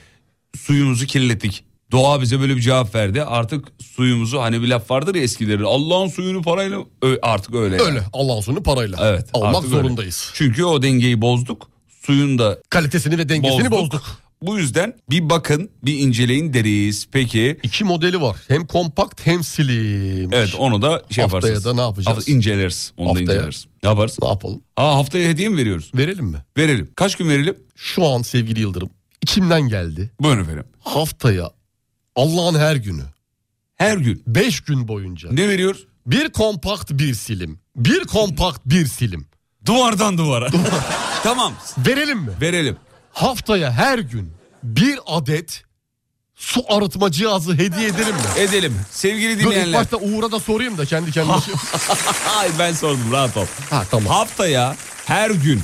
suyumuzu kirlettik. Doğa bize böyle bir cevap verdi. Artık suyumuzu hani bir laf vardır ya eskileri. Allah'ın suyunu parayla Ö- artık öyle. yani.
Öyle Allah'ın sonu parayla
Evet.
almak
artık öyle.
zorundayız.
Çünkü o dengeyi bozduk. Suyun da
Kalitesini ve dengesini
bozduk.
bozduk.
Bu yüzden bir bakın, bir inceleyin deriz. Peki.
İki modeli var. Hem kompakt hem slim.
Evet onu da şey
Haftaya
yaparsınız.
da ne yapacağız?
Haft- İnceleriz. Onu
Haftaya.
da inceleriz. Ne yaparız?
Ne yapalım?
Aa haftaya hediye mi veriyoruz?
Verelim mi?
Verelim. Kaç gün verelim?
Şu an sevgili Yıldırım içimden geldi.
Buyurun efendim.
Haftaya Allah'ın her günü.
Her gün.
Beş gün boyunca.
Ne veriyoruz?
Bir kompakt bir silim. Bir kompakt bir silim.
Duvardan duvara. tamam
Verelim mi?
verelim.
Haftaya her gün bir adet su arıtma cihazı hediye edelim mi?
Edelim. Sevgili
Dur ilk
dinleyenler.
başta Uğur'a da sorayım da kendi kendime.
Ay ben sordum rahat ol.
ha tamam.
Haftaya her gün.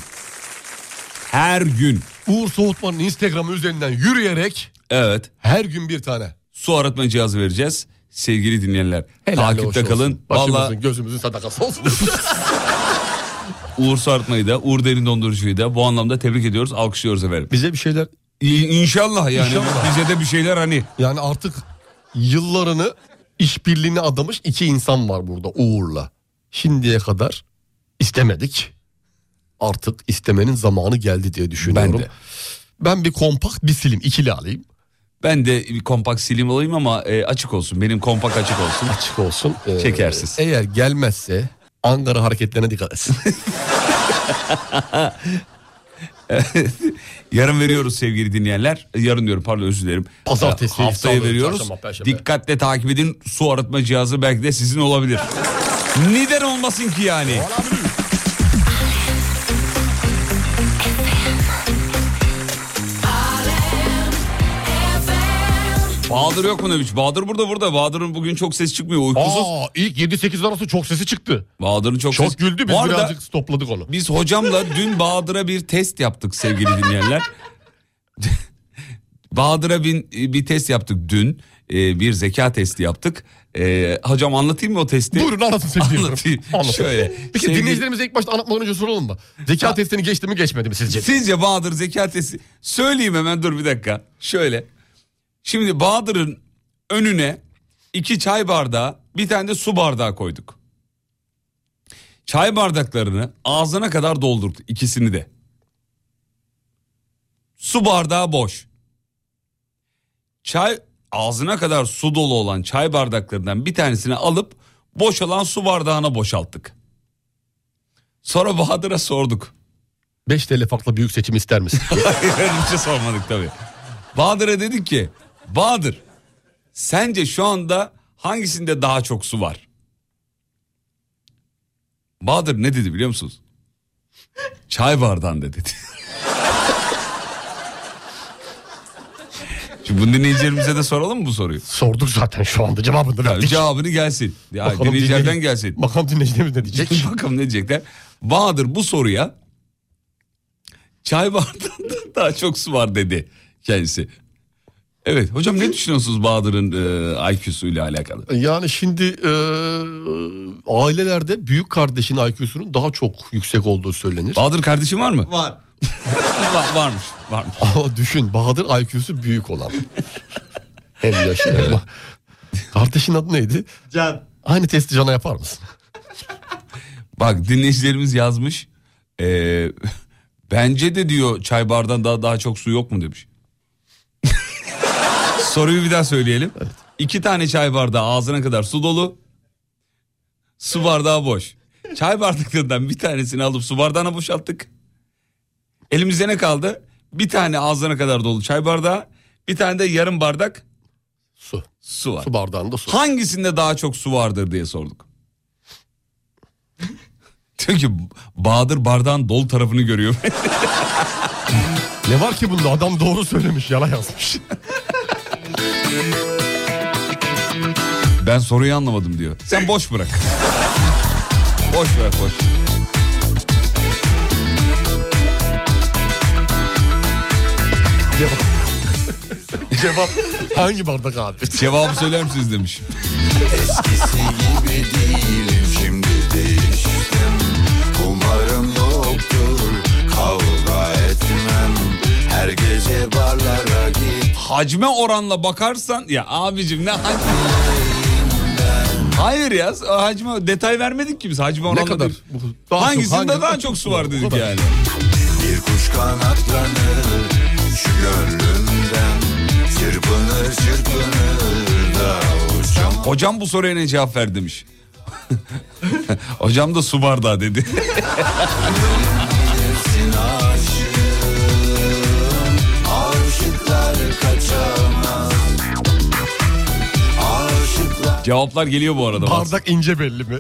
Her gün.
Uğur Soğutman'ın Instagram'ı üzerinden yürüyerek
Evet.
her gün bir tane.
Su arıtma cihazı vereceğiz. Sevgili dinleyenler. takipte kalın.
Başımızın
Valla
gözümüzün sadakası olsun.
Uğur Su Arıtma'yı da Uğur Derin Dondurucu'yu da bu anlamda tebrik ediyoruz. Alkışlıyoruz efendim.
Bize bir şeyler
İ- İnşallah yani.
İnşallah.
Bize de bir şeyler hani.
yani artık yıllarını işbirliğine adamış iki insan var burada Uğur'la. Şimdiye kadar istemedik. Artık istemenin zamanı geldi diye düşünüyorum.
Ben de.
Ben bir kompakt bir silim ikili alayım.
Ben de bir kompakt silim olayım ama e, açık olsun. Benim kompak açık olsun.
Açık olsun. Ee,
Çekersiz.
Eğer gelmezse Ankara hareketlerine dikkat etsin.
Yarın veriyoruz sevgili dinleyenler. Yarın diyorum pardon özür dilerim.
Pazartesi,
Ha- Haftaya
salı,
veriyoruz.
çarşamba, perşembe.
Dikkatle takip edin. Su arıtma cihazı belki de sizin olabilir. Neden olmasın ki yani? Bahadır yok mu demiş. Bahadır burada burada. Bahadır'ın bugün çok ses çıkmıyor. Uykusuz.
Aa, ilk 7-8 arası çok sesi çıktı.
Bahadır'ın çok, ses...
Çok güldü biz
Bu arada
birazcık stopladık onu.
biz hocamla dün Bahadır'a bir test yaptık sevgili dinleyenler. Bahadır'a bin, bir test yaptık dün. Ee, bir zeka testi yaptık. Ee, hocam anlatayım mı o testi?
Buyurun anlatın sevgili
Anlatayım. Şöyle.
Peki
Sevgili-
dinleyicilerimize ilk başta anlatmadan önce soralım mı? Zeka testini geçti mi geçmedi mi sizce?
Sizce Bahadır zeka testi... Söyleyeyim hemen dur bir dakika. Şöyle. Şimdi Bahadır'ın önüne iki çay bardağı bir tane de su bardağı koyduk. Çay bardaklarını ağzına kadar doldurdu ikisini de. Su bardağı boş. çay ağzına kadar su dolu olan çay bardaklarından bir tanesini alıp boşalan su bardağına boşalttık. Sonra Bahadır'a sorduk.
5 TL farkla büyük seçim ister misin?
Öyle bir şey sormadık tabii. Bahadır'a dedik ki Bahadır sence şu anda hangisinde daha çok su var? Bahadır ne dedi biliyor musunuz? Çay bardağında dedi. Şimdi bunu dinleyicilerimize de soralım mı bu soruyu?
Sorduk zaten şu anda cevabını
Ya,
verdik.
cevabını gelsin. Ya,
Bakalım
dinleyicilerden
dinleyici-
gelsin.
Bakalım dinleyicilerimiz ne diyecek?
Bakalım ne diyecekler. Bahadır bu soruya çay bardağında daha çok su var dedi kendisi. Evet hocam ne düşünüyorsunuz Bahadır'ın e, IQ'suyla alakalı?
Yani şimdi e, ailelerde büyük kardeşin IQ'sunun daha çok yüksek olduğu söylenir.
Bahadır kardeşim var mı? Var. varmış, varmış.
Ama düşün Bahadır IQ'su büyük olan. Hem yaşı hem- Kardeşin adı neydi? Can. Aynı testi Can'a yapar mısın?
Bak dinleyicilerimiz yazmış. E, bence de diyor çay bardağında daha, daha çok su yok mu demiş. Soruyu bir daha söyleyelim. İki tane çay bardağı ağzına kadar su dolu. Su bardağı boş. Çay bardaklarından bir tanesini alıp su bardağına boşalttık. Elimizde ne kaldı? Bir tane ağzına kadar dolu çay bardağı. Bir tane de yarım bardak
Su.
su var.
Su bardağında su.
Hangisinde daha çok su vardır diye sorduk. Diyor ki Bahadır bardağın dolu tarafını görüyor.
Ne var ki bunda adam doğru söylemiş yalan yazmış.
ben soruyu anlamadım diyor. Sen boş bırak. boş bırak boş.
Cevap. Cevap hangi bardak abi?
Cevabı söyler misiniz demiş.
Umarım yoktur kavga etmem Her gece barlara git
Hacme oranla bakarsan ya abicim ne hacmi? Hayır ya hacme detay vermedik ki biz hacme oranla.
Ne kadar?
değil.
Bu- daha çok,
Hangisinde
hangi-
daha çok su var
Bu
dedik
kadar.
yani.
Bir kuş kanatlanır şu gönlümden Çırpınır çırpınır da uçam
Hocam bu soruya ne cevap ver demiş. Hocam da su bardağı dedi.
Bilirsin aşığım Aşıklar kaçamaz Aşıklar
Cevaplar geliyor bu arada.
Bardak ince belli mi?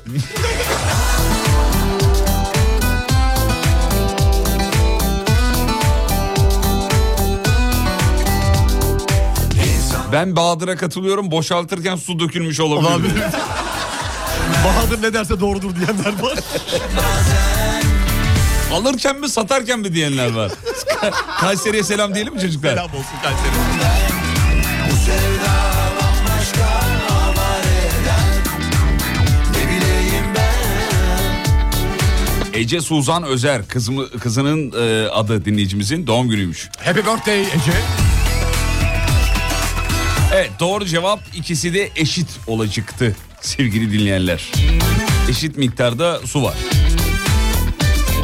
Ben Bahadır'a katılıyorum. Boşaltırken su dökülmüş olabilir.
Olabilir. Bahadır ne derse doğrudur diyenler var.
Alırken mi satarken mi diyenler var. Ka- Kayseri'ye selam diyelim mi çocuklar?
Selam olsun Kayseri.
Bu sevda bambaşka var eden Ne bileyim ben
Ece Suzan Özer kızımı, kızının e, adı dinleyicimizin doğum günüymüş.
Happy birthday Ece.
Evet doğru cevap ikisi de eşit olacaktı sevgili dinleyenler. Eşit miktarda su var.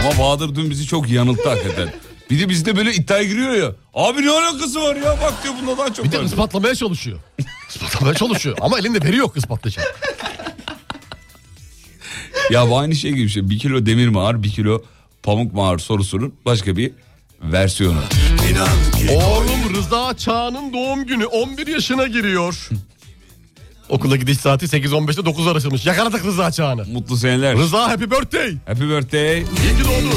Ama Bahadır dün bizi çok yanılttı hakikaten. Bir de bizde böyle iddiaya giriyor ya. Abi ne alakası var ya bak diyor bunda daha çok
Bir de
var.
ispatlamaya çalışıyor. ispatlamaya çalışıyor ama elinde veri yok ispatlayacak.
Ya bu aynı şey gibi bir şey. Bir kilo demir mi ağır, bir kilo pamuk mu ağır sorusunun başka bir versiyonu.
İnan ki
Oğlum Rıza Çağ'ın doğum günü 11 yaşına giriyor. Okula gidiş saati 8.15'te 9 arasıymış. Yakaladık Rıza Çağ'ını.
Mutlu seneler.
Rıza happy birthday.
Happy birthday.
İyi ki doğdun.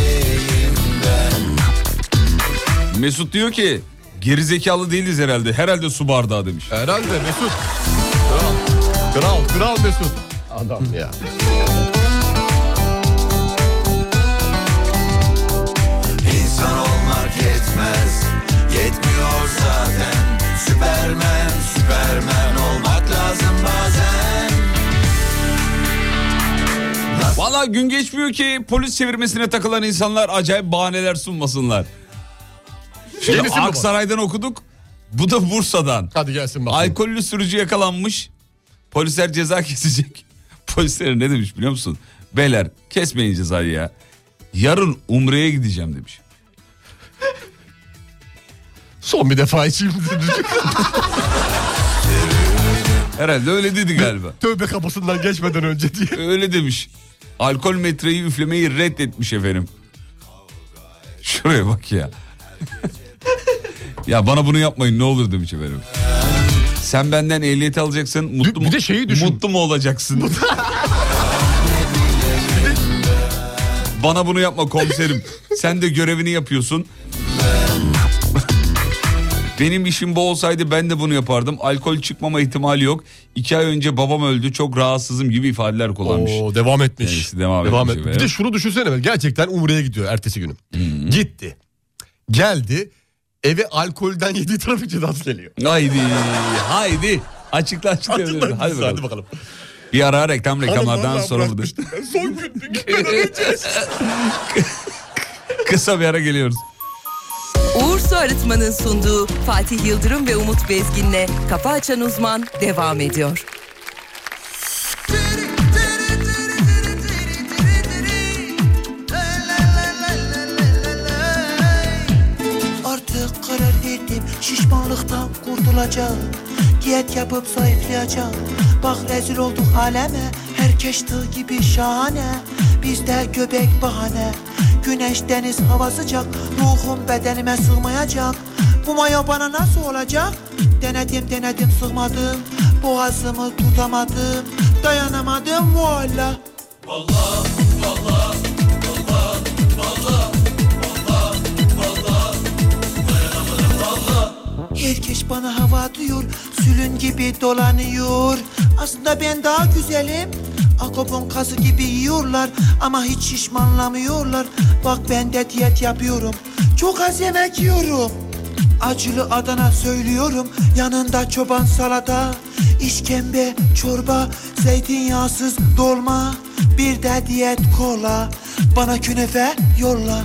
Mesut diyor ki gerizekalı değiliz herhalde. Herhalde su bardağı demiş.
Herhalde Mesut. Kral. Kral, kral Mesut. Adam ya.
insan olmak yetmez Yetmiyor zaten Süpermen, süpermen olmak lazım bazen
Valla gün geçmiyor ki polis çevirmesine takılan insanlar acayip bahaneler sunmasınlar. Şimdi
Yenisi mi var?
Aksaray'dan okuduk. Bu da Bursa'dan.
Hadi gelsin bakalım.
Alkollü sürücü yakalanmış. Polisler ceza kesecek. Polisler ne demiş biliyor musun? Beyler kesmeyin cezayı ya. Yarın Umre'ye gideceğim demiş.
Son bir defa içeyim dedi.
Herhalde öyle dedi galiba.
Tövbe kapısından geçmeden önce diye.
Öyle demiş. Alkol metreyi üflemeyi reddetmiş efendim. Şuraya bak ya. ya bana bunu yapmayın ne olur demiş efendim. Sen benden ehliyet alacaksın. Mutlu mu,
bir de şeyi düşün.
Mutlu mu olacaksın? bana bunu yapma komiserim. Sen de görevini yapıyorsun. Benim işim bu olsaydı ben de bunu yapardım. Alkol çıkmama ihtimali yok. İki ay önce babam öldü. Çok rahatsızım gibi ifadeler kullanmış.
Oo, devam etmiş.
Neyse, devam etmiş
et-
be.
Bir de şunu düşünsene. Gerçekten Umre'ye gidiyor ertesi günü.
Hmm.
Gitti. Geldi. Eve alkolden yediği trafik cezası geliyor.
Haydi haydi. Açıkla açıkla.
Hadi
Hadi
hadi
bakalım.
bakalım. bakalım.
Bir ara reklam reklamlardan
Hanımlarla
sonra buradayız.
bırakmıştım ben. Son gündü. Gitmeden önce.
Kısa bir ara geliyoruz.
Uğur Su Arıtma'nın sunduğu Fatih Yıldırım ve Umut Bezgin'le Kafa Açan Uzman devam ediyor.
Artık karar verdim şişmanlıktan kurtulacağım Diyet yapıp zayıflayacağım Bak rezil olduk aleme Herkes tığ gibi şahane Bizde göbek bahane Güneş deniz hava sıcak Ruhum bedenime sığmayacak Bu mayo bana nasıl olacak? Denedim denedim sığmadım Boğazımı tutamadım Dayanamadım valla Herkes bana hava atıyor, sülün gibi dolanıyor. Aslında ben daha güzelim. Akopon kazı gibi yiyorlar ama hiç şişmanlamıyorlar. Bak ben de diyet yapıyorum. Çok az yemek yiyorum. Acılı Adana söylüyorum yanında çoban salata işkembe çorba zeytinyağsız dolma bir de diyet kola bana künefe yolla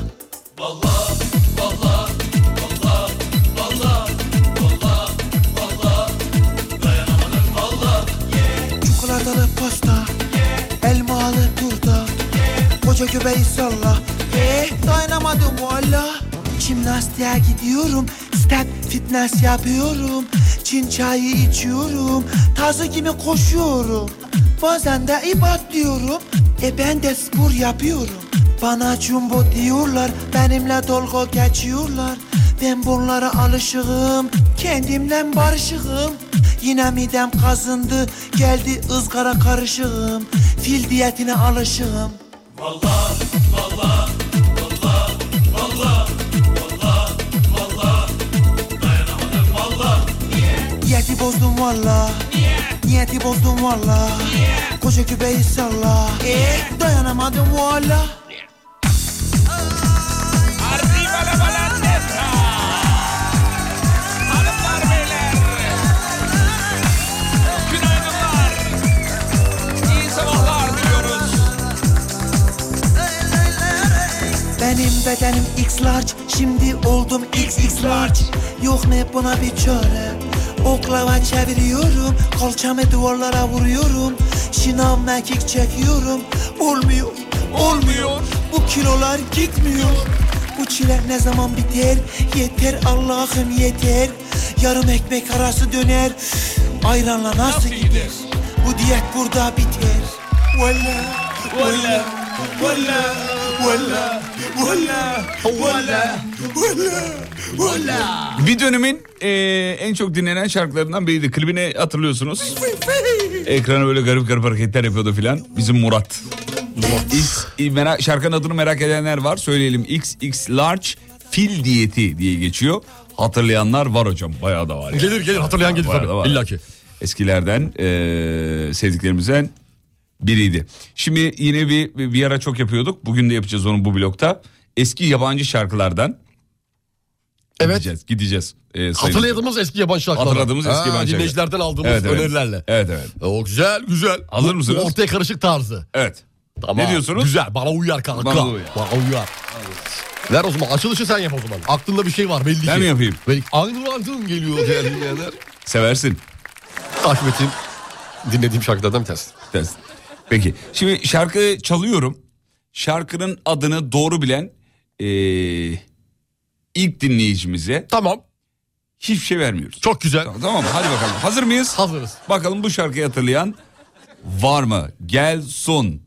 Çikolatalı pasta Elmalı turta Koca göbeği salla Eh dayanamadım valla Jimnastiğe gidiyorum Step fitness yapıyorum Çin çayı içiyorum Tazı gibi koşuyorum Bazen de ibat diyorum E ben de spor yapıyorum Bana jumbo diyorlar Benimle dolgo geçiyorlar Ben bunlara alışığım Kendimle barışığım Yine midem kazındı Geldi ızgara karışığım Fil diyetine alışığım Niyeti bozdum valla Niyeti bozdum valla Koca küpeyi salla Eh, Dayanamadım valla Benim bedenim X large Şimdi oldum XX large Yok ne buna bir çare Oklava çeviriyorum Kalçamı duvarlara vuruyorum Şınav mekik çekiyorum Olmuyor, olmuyor Bu kilolar gitmiyor Bu çile ne zaman biter Yeter Allah'ım yeter Yarım ekmek arası döner Ayranla nasıl, gider? Bu diyet burada biter Valla Valla Valla Valla Valla Valla
Bir dönemin e, en çok dinlenen şarkılarından biriydi. Klibini hatırlıyorsunuz. Ekrana böyle garip garip hareketler yapıyordu filan. Bizim Murat. X, i- merak, şarkının adını merak edenler var. Söyleyelim XX Large Fil Diyeti diye geçiyor. Hatırlayanlar var hocam. Bayağı da var. yani.
Gelir gelir hatırlayan gelir
Bayağı da var.
tabii. İlla ki.
eskilerden e, sevdiklerimizden biriydi. Şimdi yine bir bir ara çok yapıyorduk. Bugün de yapacağız onu bu blokta. Eski yabancı şarkılardan
Evet.
gideceğiz. Gideceğiz. E, sayın-
Hatırladığımız eski yabancı şarkılar.
Hatırladığımız eski
Ha,
yabancı şarkılar.
Dinleyicilerden aldığımız
Evet, evet.
önerilerle.
Evet evet.
E, O güzel güzel.
Alır
O-
mısınız?
Ortaya karışık tarzı.
Evet.
Tamam.
Ne diyorsunuz?
Güzel bana uyar kanka.
Bana uyar.
Bana uyar. Ver o zaman açılışı sen yap o zaman. Aklında bir şey var belli ki.
Ben mi yapayım?
Belli- Aynı aklım geliyor değerli dinleyenler.
Seversin.
Takip ettiğim, dinlediğim şarkılardan bir tanesi.
Dersin. Peki. Şimdi şarkı çalıyorum. Şarkının adını doğru bilen e, ilk dinleyicimize
Tamam.
hiçbir şey vermiyoruz. Çok güzel. Tamam, tamam, hadi bakalım. Hazır mıyız? Hazırız. Bakalım bu şarkıyı hatırlayan var mı? Gelsun.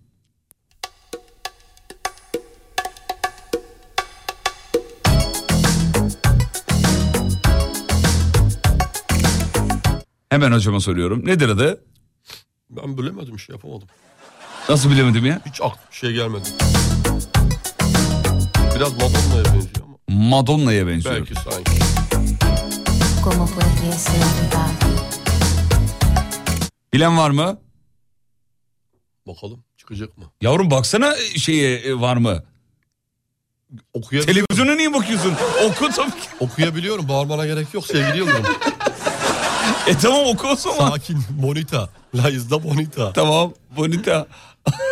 Hemen hocama soruyorum. Nedir adı?
Ben bilemedim şey yapamadım.
Nasıl bilemedim ya?
Hiç aklıma bir şey gelmedi. Biraz Madonna'ya benziyor.
Madonna'ya benziyor.
Belki sanki.
¿Cómo podría ser verdad?
Bilen var mı?
Bakalım çıkacak mı?
Yavrum baksana şeye e, var mı?
Okuyabiliyorum.
Televizyona niye bakıyorsun? Oku tabii ki.
Okuyabiliyorum. Bağırmana gerek yok sevgili Yıldırım.
e tamam oku o zaman.
Sakin. Bonita. La isla bonita.
Tamam. Bonita.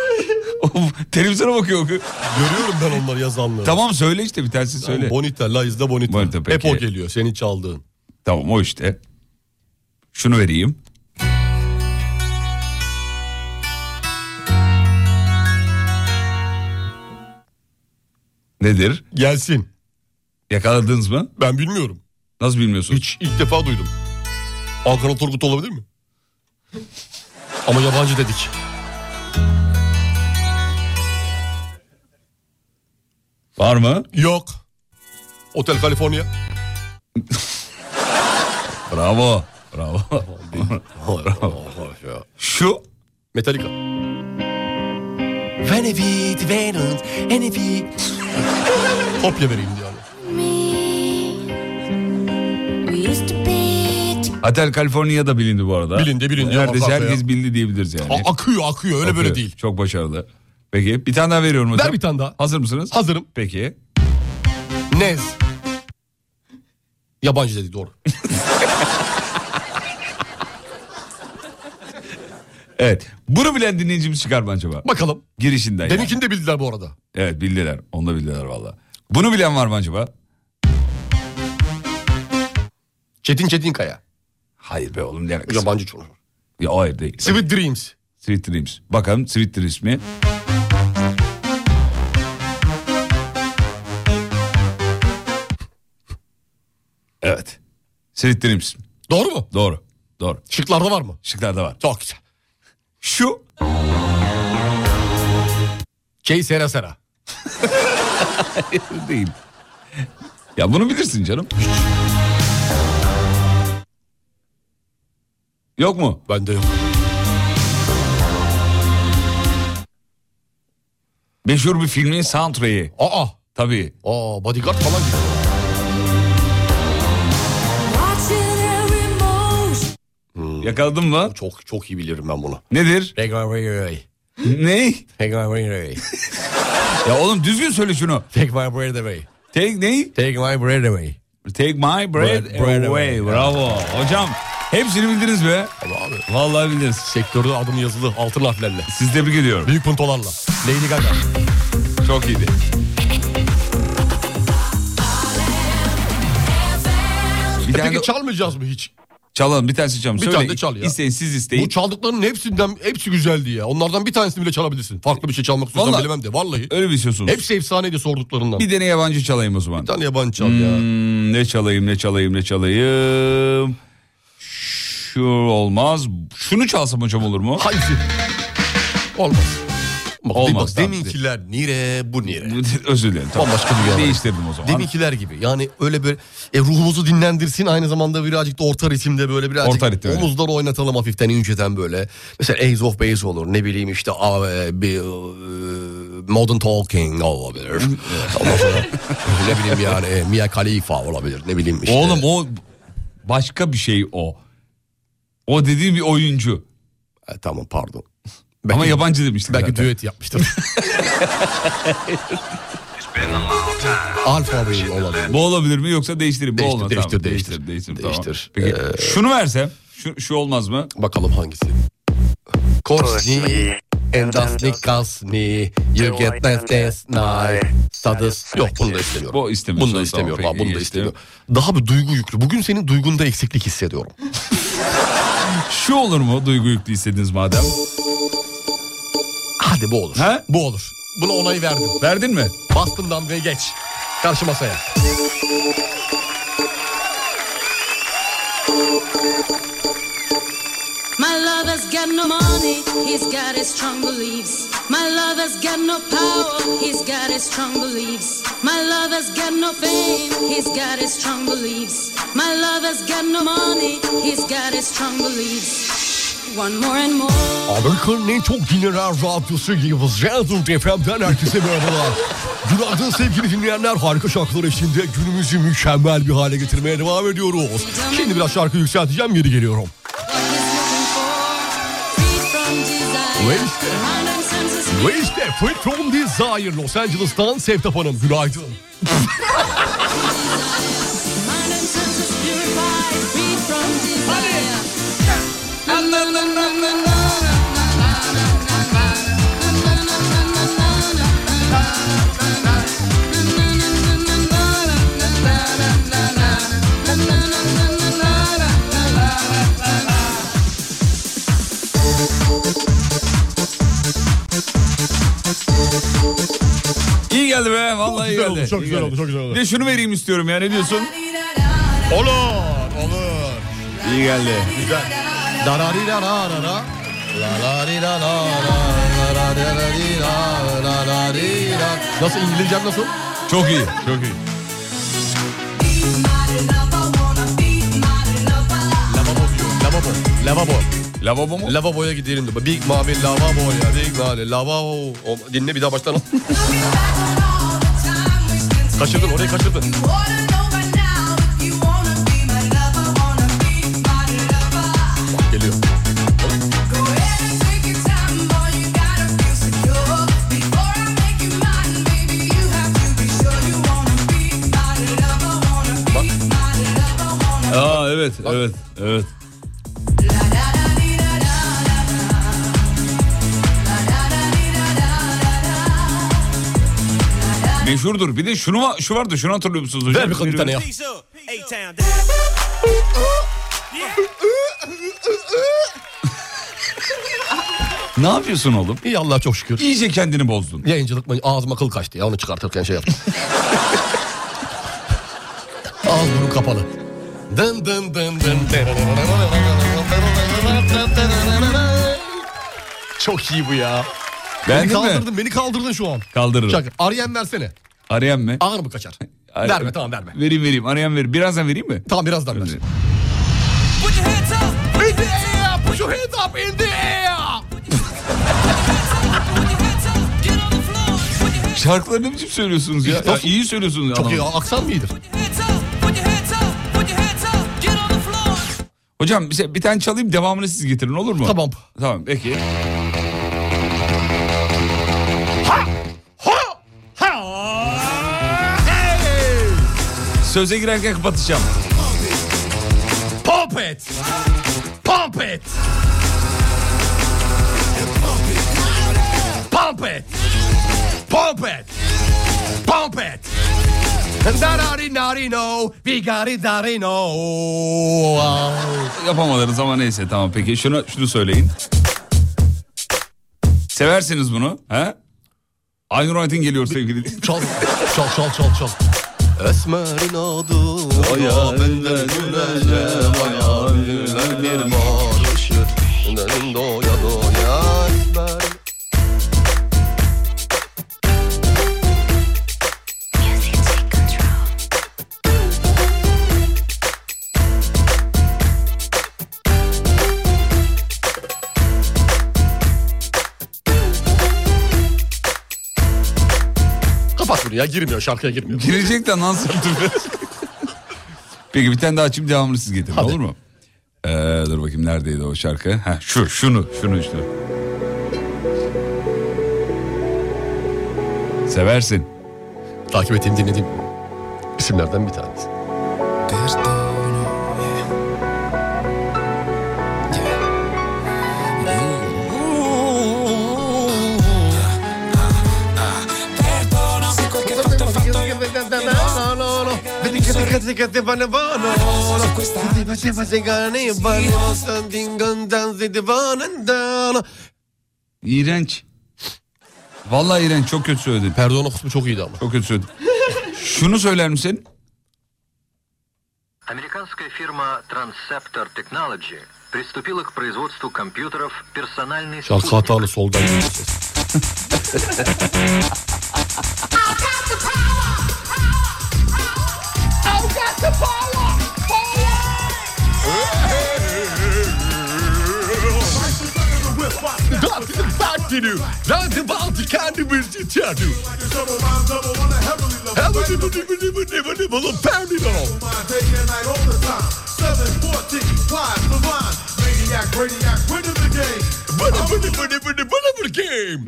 Of, Televizyona bakıyor. oku.
Görüyorum ben onları yazanları.
Tamam söyle işte bir tanesi
Tamam,
söyle.
Bonita. La isla bonita.
Bonita,
Hep
peki.
o geliyor. Senin çaldığın.
Tamam o işte. Şunu vereyim. Nedir?
Gelsin.
Yakaladınız mı?
Ben bilmiyorum.
Nasıl bilmiyorsun?
Hiç ilk defa duydum. Hakan Turgut olabilir mi? Ama yabancı dedik.
Var mı?
Yok. Otel California.
Bravo. Bravo. Bravo. Şu
Metallica.
Venevit, Venant, Enevit.
Kopya vereyim diyor.
Hotel California'da bilindi bu arada.
Bilindi, bilindi.
Neredeyse
Allah'a
herkes
ya.
bildi diyebiliriz yani.
A- akıyor akıyor öyle böyle
Bakıyor.
değil.
Çok başarılı. Peki bir tane daha veriyorum hocam.
Ver bir tane daha.
Hazır mısınız?
Hazırım.
Peki.
Nez. Yabancı dedi doğru.
Evet. Bunu bilen dinleyicimiz çıkar mı acaba?
Bakalım.
Girişinden yani.
Deminkini de bildiler bu arada.
Evet bildiler. Onu da bildiler valla. Bunu bilen var mı acaba?
Çetin Çetinkaya.
Hayır be oğlum. Ne alakası?
Yabancı çoluk.
Ya hayır değil.
Sweet Dreams.
Sweet Dreams. Bakalım Sweet Dreams mi? Evet. Sweet Dreams.
Doğru mu?
Doğru. Doğru.
Şıklarda var mı?
Şıklarda var.
Çok güzel.
Şu.
Şey Sera Sera.
Değil. Ya bunu bilirsin canım. Yok mu?
Bende yok.
Meşhur bir filmin soundtrack'i.
Aa.
Tabii.
Aa Bodyguard falan gibi.
Yakaladın mı?
Çok çok iyi bilirim ben bunu.
Nedir?
Reggae
Ne?
Reggae
Ya oğlum düzgün söyle şunu.
Take my breath away.
Take ne?
Take my breath away.
Take my breath
Breath- breath
away.
away.
Bravo. Hocam hepsini bildiniz be.
Abi
Vallahi bildiniz.
sektörde adım yazılı altın harflerle.
Siz tebrik ediyorum.
Büyük puntolarla. Lady Gaga. E
Çok iyiydi. Bir
E
tane
peki
de-
çalmayacağız mı hiç?
çalalım bir tanesi çalalım.
Bir
Söyle,
tane de çal ya.
İsteyin siz
Bu
isteyin.
çaldıklarının hepsinden hepsi güzeldi ya. Onlardan bir tanesini bile çalabilirsin. Farklı bir şey çalmak istiyorsan
Vallahi.
bilemem de. Vallahi. E-
Öyle mi istiyorsunuz?
Hepsi efsaneydi sorduklarından.
Bir
Bir
tane yabancı çalayım o zaman.
tane yabancı çal ya.
Hmm, ne çalayım ne çalayım ne çalayım. Şu olmaz. Şunu çalsam hocam olur mu?
Hayır. Olmaz. Bak,
Olmaz,
Olmaz.
tamam.
Deminkiler nire bu nire.
Özür dilerim. Tamam.
Bambaşka bir yalan.
Değiştirdim o zaman.
Deminkiler gibi. Yani öyle böyle e, ruhumuzu dinlendirsin aynı zamanda birazcık da orta ritimde böyle birazcık
Orta ritim, evet.
omuzları oynatalım hafiften inceden böyle. Mesela Ace of Base olur ne bileyim işte a, e, bir, e, Modern Talking olabilir. Ondan sonra ne bileyim yani e, Mia Khalifa olabilir ne bileyim işte.
Oğlum o başka bir şey o. O dediğim bir oyuncu.
E, tamam pardon.
Ama yabancı demiştik
Belki
zaten.
düet yapmıştır. Alfa Bey olabilir.
Bu olabilir mi yoksa değiştireyim. Bu
Değiştir,
olmaz.
değiştir,
tamam.
değiştir.
değiştir, değiştir,
Değiştir. Ee,
Tamam. Peki, şunu versem. Şu, şu olmaz mı?
Bakalım hangisi? Korsni, Endas Nikasni, You Get Neftes Nay, Sadis. Yok bunu da istemiyorum.
Bu istemiyorum.
Bunu da
Tamam,
istemiyorum
peki,
abi bunu da
geçtim.
istemiyorum. Daha bir duygu yüklü. Bugün senin duygunda eksiklik hissediyorum.
Şu olur mu duygu yüklü istediniz madem?
Hadi bu olur.
He?
Bu olur. Buna onayı verdim.
Verdin mi?
Bastım damgayı geç. Karşı masaya.
My lover's got no money, he's got his strong beliefs. My lover's got no power, he's got his strong beliefs. My lover's got no fame, he's got his strong beliefs. My lover's got no money, he's got his strong beliefs. One more and more.
Amerika'nın en çok dinlenen radyosu Yıldız Radyo DFM'den herkese merhabalar. Günaydın sevgili dinleyenler. Harika şarkılar eşliğinde günümüzü mükemmel bir hale getirmeye devam ediyoruz. Şimdi biraz şarkı yükselteceğim geri geliyorum. Ve işte, ve işte Fit From Desire Los Angeles'tan Sevtap Hanım. Günaydın.
İyi geldi be vallahi iyi
güzel
geldi.
oldu, çok
iyi
güzel
geldi.
oldu, çok güzel oldu.
Bir de şunu vereyim istiyorum ya ne diyorsun?
Olur, olur.
İyi geldi.
Güzel. Dararilararara. Lararilarara. Lararilararara. Nasıl İngilizcem nasıl?
Çok iyi. Çok iyi.
Lavabo. Lavabo.
Lavabo mu?
Lavaboya gidelim de. Big mavi lavabo ya. Big mavi lavabo. O- Dinle bir daha baştan al. kaçırdın orayı kaçırdın. Geliyor.
Aa evet evet evet. Meşhurdur. Bir de şunu va- şu vardı. Şunu hatırlıyor musunuz hocam?
Ver bir- bir tane ya.
Ne yapıyorsun oğlum?
İyi Allah çok şükür.
İyice kendini bozdun.
Yayıncılık mı? Ağzıma kıl kaçtı ya onu çıkartırken şey yaptım. Ağız burun kapalı. Dın dın dın dın. Çok iyi bu ya.
Beğendin
beni
mi?
kaldırdın, beni kaldırdın şu an.
Kaldırırım.
Şaka. Arayan versene.
Arayan mı?
Ağır mı kaçar?
Ay-
verme tamam verme.
Vereyim vereyim. Arayan ver. Birazdan vereyim mi?
Tamam birazdan ver. In the air, put your hands up in the air.
Şarkıları ne biçim söylüyorsunuz ya? ya
Nasıl?
iyi söylüyorsunuz. ya
Çok iyi
adam.
aksan mı iyidir?
Hocam bir, şey- bir tane çalayım devamını siz getirin olur mu?
Tamam.
Tamam peki. Söze girerken kapatacağım.
Pump it. Pump it. Pump it. Pump it. Pump it. Dararinarino, vigaridarino.
Yapamadınız ama neyse tamam peki. Şunu, şunu söyleyin. Seversiniz bunu. He? Aynur Aydın geliyor sevgili.
Çal, çal, çal, çal, çal. Esmer'in adı ayağında dönecek ayağında bir marşı Dönün doya doya Esmer Kapat bunu ya girmiyor şarkıya girmiyor.
Girecek de nasıl Peki bir tane daha açayım devamını siz getirin olur mu? Ee, dur bakayım neredeydi o şarkı? Ha, şu şunu şunu işte. Seversin.
Takip ettiğim dinlediğim isimlerden bir tanesi.
İğrenç. Vallahi iğrenç çok kötü söyledin.
Perdona kısmı çok iyiydi ama.
Çok kötü söyledin. Şunu söyler misin?
Американская фирма Transceptor Technology приступила к производству компьютеров персональной
Şarkı hatalı soldan. Got the back to you. Round about the candy with the tattoo. Have a little bit of a nibble nibble of pound it all. Bıdı bıdı bıdı bıdı bıdı bıdı game.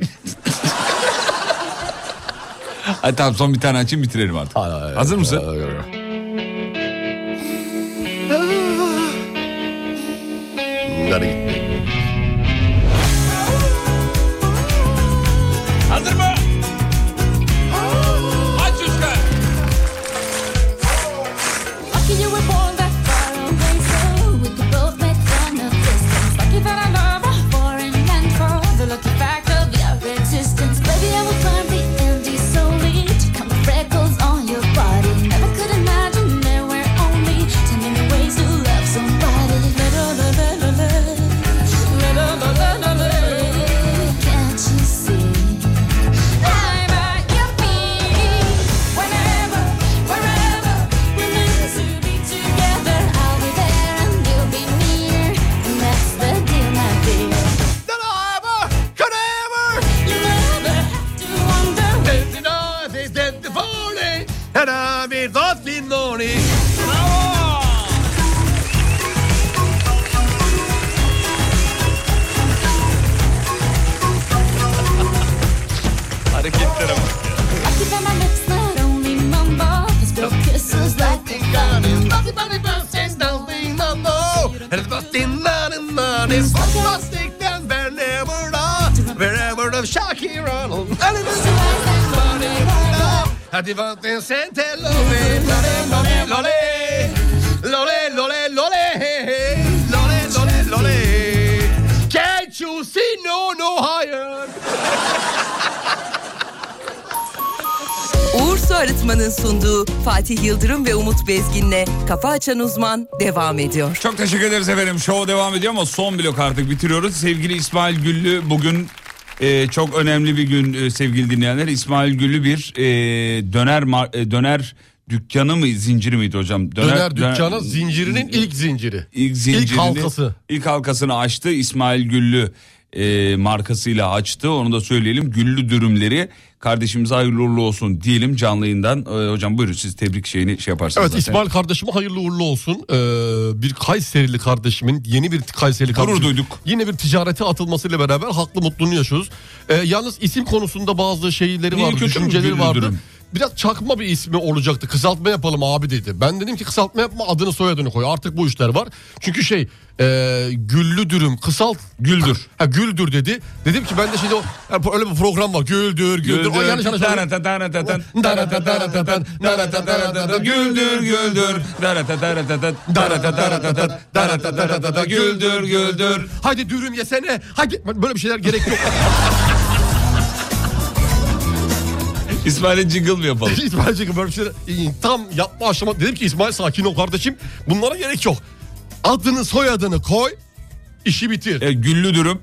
Hadi tamam son bir tane açayım bitirelim artık. Hazır mısın?
Bunlara gitmeyin.
Hazır mı?
Aç Üskar.
Lucky you were born that far away, so we could both make fun of distance. Lucky that I love a foreign man for the lucky fact of your existence. Baby, I will climb the Andes solely to count the freckles on your body. Never could imagine there were only ten million ways to love somebody. La, la, la, la, la, la. La, la, la, la, la, la. Can't you see? I'm a yuppie. Whenever, wherever. We're meant to be together. I'll be there and you'll be near. And that's the deal, my dear. That I ever could ever. You never have to wonder.
There's an art, there's that the phony, and I'm in that mean money.
Hareketlere bak.
Lucky that my lips not only mumble, 'cause real kisses like a gun. Lucky that my birthday's nothing but love.
And it's busting not in money. It's fantastic and they're never not. Wherever the Shakira. And it is money. Hadi vatin sente lole, lole, lole, lole. Lole, lole, lole, lole, lole, lole. Can't you see no, no higher?
Uğur Su Arıtma'nın sunduğu Fatih Yıldırım ve Umut Bezgin'le Kafa Açan Uzman devam ediyor.
Çok teşekkür ederiz efendim. Show devam ediyor ama son blok artık bitiriyoruz. Sevgili İsmail Güllü bugün e, çok önemli bir gün e, sevgili dinleyenler. İsmail Güllü bir e, döner mar- e, döner dükkanı mı zinciri miydi hocam?
Döner dükkanı zincirinin ilk zinciri.
ilk zincirinin
İlk halkası.
ilk halkasını açtı. İsmail Güllü e, markasıyla açtı. Onu da söyleyelim. Güllü dürümleri kardeşimize hayırlı uğurlu olsun diyelim canlı yayından. E, hocam buyurun siz tebrik şeyini şey yaparsınız.
Evet
zaten.
İsmail kardeşime hayırlı uğurlu olsun. Ee, bir Kayserili kardeşimin yeni bir Kayserili
Gurur
kardeşimin
duyduk.
yine bir ticarete atılmasıyla beraber haklı mutluluğunu yaşıyoruz. Ee, yalnız isim konusunda bazı şeyleri
Niye
vardı,
kötü mü
düşünceleri
Güllü
vardı.
Dürüm?
Biraz çakma bir ismi olacaktı. Kısaltma yapalım abi dedi. Ben dedim ki kısaltma yapma adını soyadını koy. Artık bu işler var. Çünkü şey e, güllü dürüm kısalt güldür. Ha güldür dedi. Dedim ki ben de şimdi o, yani öyle bir program var. Güldür güldür. O yanlış yanlış.
Güldür güldür. Güldür güldür.
Haydi dürüm yesene. Haydi böyle bir şeyler gerek yok.
İsmail'e jingle mı yapalım?
İsmail Çakır böyle bir şeyler İyi, tam yapma aşama. Dedim ki İsmail sakin ol kardeşim. Bunlara gerek yok. Adını soyadını koy. işi bitir.
E, güllü dürüm.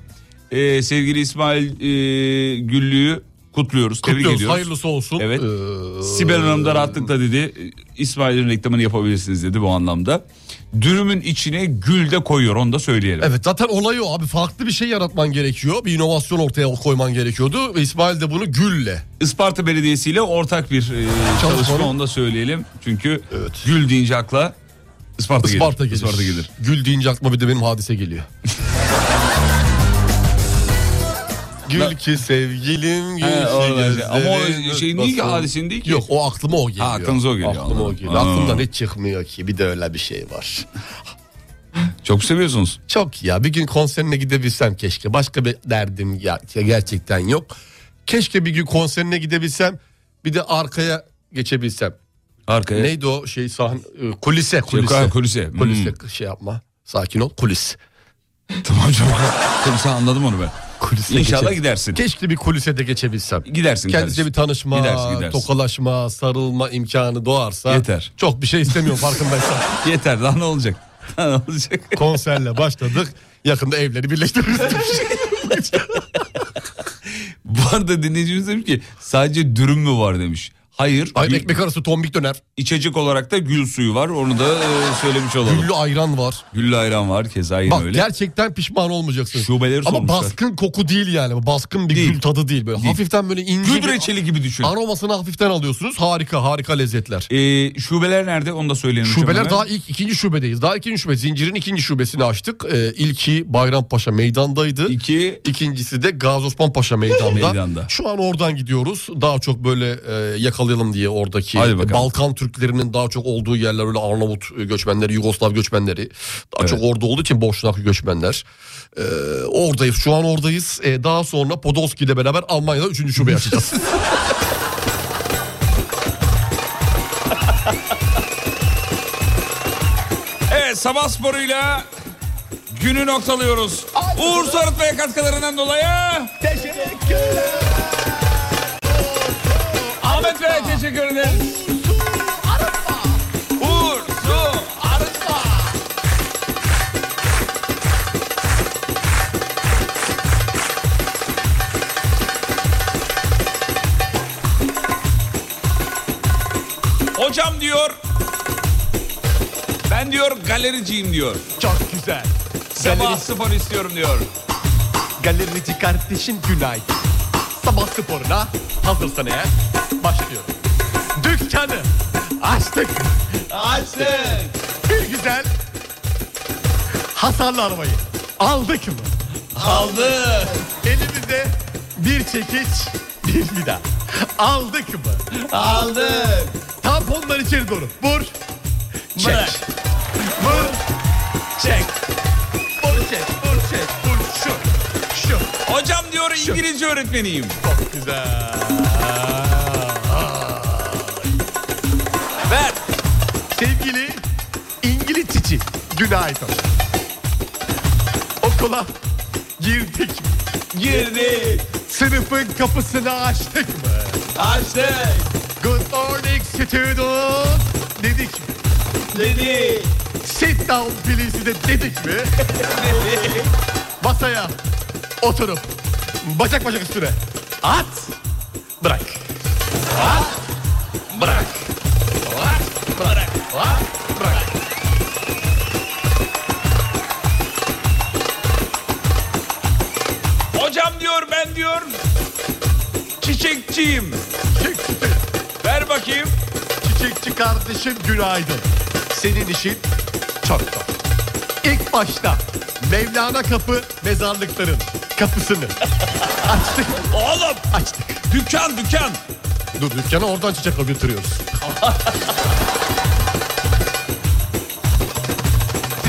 E, sevgili İsmail e, Güllü'yü kutluyoruz. Tebrik
Kutluyoruz.
ediyoruz.
Hayırlısı olsun. Ee,
Evet. Sibel Hanım da rahatlıkla dedi. e, İsmail'in reklamını yapabilirsiniz dedi bu anlamda. Dürümün içine gül de koyuyor onu da söyleyelim.
Evet zaten olay o abi. Farklı bir şey yaratman gerekiyor. Bir inovasyon ortaya koyman gerekiyordu. Ve İsmail de bunu gülle.
Isparta Belediyesi ile ortak bir e,
Çalışma.
çalışma onu da söyleyelim. Çünkü gül deyince akla Isparta,
Isparta
gelir.
gelir.
Isparta gelir.
Gül deyince aklıma bir de benim hadise geliyor. Gül ki sevgilim gül
He,
ki
orada-
gözlerin
ama o şeyin değil ki,
nasıl-
hadisenin değil ki.
Yok o aklıma o geliyor.
Ha, aklınıza o geliyor,
Aklıma
anladım.
o geliyor.
Anladım.
Aklımdan hiç çıkmıyor ki bir de öyle bir şey var.
Çok seviyorsunuz.
Çok ya bir gün konserine gidebilsem keşke. Başka bir derdim ya ya gerçekten yok. Keşke bir gün konserine gidebilsem bir de arkaya geçebilsem.
Arkaya.
Neydi o şey sahne e, kulise kulise.
Şey, ha, kulise. Hmm.
Kulise şey yapma. Sakin ol kulis.
Tamam canım. Tabii sen anladım onu ben.
kulise
İnşallah
geçelim.
gidersin.
Keşke bir kulise de geçebilsem.
Gidersin
Kendisiyle
kardeşim.
bir tanışma,
Gidersin, gidersin.
tokalaşma, sarılma imkanı doğarsa.
Yeter.
Çok bir şey istemiyorum farkındaysan.
Yeter daha ne olacak? Daha ne olacak?
Konserle başladık. Yakında evleri birleştiririz.
Bu arada dinleyicimiz demiş ki sadece dürüm mü var demiş. Hayır.
Hayır,
gül-
ekmek arası tombik döner.
İçecek olarak da gül suyu var. Onu da e, söylemiş olalım.
Güllü ayran var.
Güllü ayran var keza yine
Bak
öyle.
gerçekten pişman olmayacaksın.
Şubeleri
Ama
sormuşlar.
baskın koku değil yani. Baskın bir gül tadı değil böyle.
Değil.
Hafiften böyle ince
Gül
bir-
reçeli gibi düşün.
Aromasını hafiften alıyorsunuz. Harika harika lezzetler.
E, şubeler nerede onu da söyleyelim.
Şubeler
hemen.
daha ilk ikinci şubedeyiz. Daha ikinci şube. Zincirin ikinci şubesini açtık. Ee, ilki Bayrampaşa meydandaydı.
İki.
İkincisi de Gazi Osman Paşa meydanda.
Meydanda.
Şu an oradan gidiyoruz. Daha çok böyle e, yakalayalım diye oradaki
Hadi bakalım.
Balkan Türklerinin daha çok olduğu yerler öyle Arnavut e, göçmenleri, Yugoslav göçmenleri. Daha çok orada olduğu için Boşnak göçmenler. Ee, oradayız. Şu an oradayız. Ee, daha sonra Podolski ile beraber Almanya'da üçüncü şubeyi açacağız.
Evet sabah sporuyla günü noktalıyoruz. Uğur Sarıt Bey katkılarından dolayı. Teşekkürler. Ahmet Bey teşekkür ederim. Uğur Su Arıtma. Hocam diyor ben diyor galericiyim diyor. Çok güzel. Sabah spor istiyorum diyor.
Galerici kardeşim Günay. Sabah sporuna hazırsan eğer başlıyorum. Dükkanı açtık. Açtık. Bir güzel hasarlı arabayı aldık mı? Aldık. Elimizde bir çekiç bir vida. Aldık mı? Aldık. Tamponlar içeri doğru. Vur. Çek. Vur. Çek. Vur çek. Vur çek. Vur şu. Şu.
Hocam diyor İngilizce öğretmeniyim.
Çok güzel.
Ver.
Sevgili İngiliz çiçi günaydın. Okula girdik. Girdik. Sınıfın kapısını açtık mı? Açtık. Good morning student dedik mi? Dedik. Sit down please de dedik mi? dedik. Masaya oturup bacak bacak üstüne at bırak. At bırak. At bırak. At bırak.
Hocam diyor ben diyor çiçekçiyim. Ver bakayım.
Çiçekçi kardeşim günaydın. Senin işin çok zor. İlk başta Mevlana kapı mezarlıkların kapısını açtık.
Oğlum.
Açtık.
Dükkan dükkan.
Dur dükkanı oradan çiçekle götürüyoruz.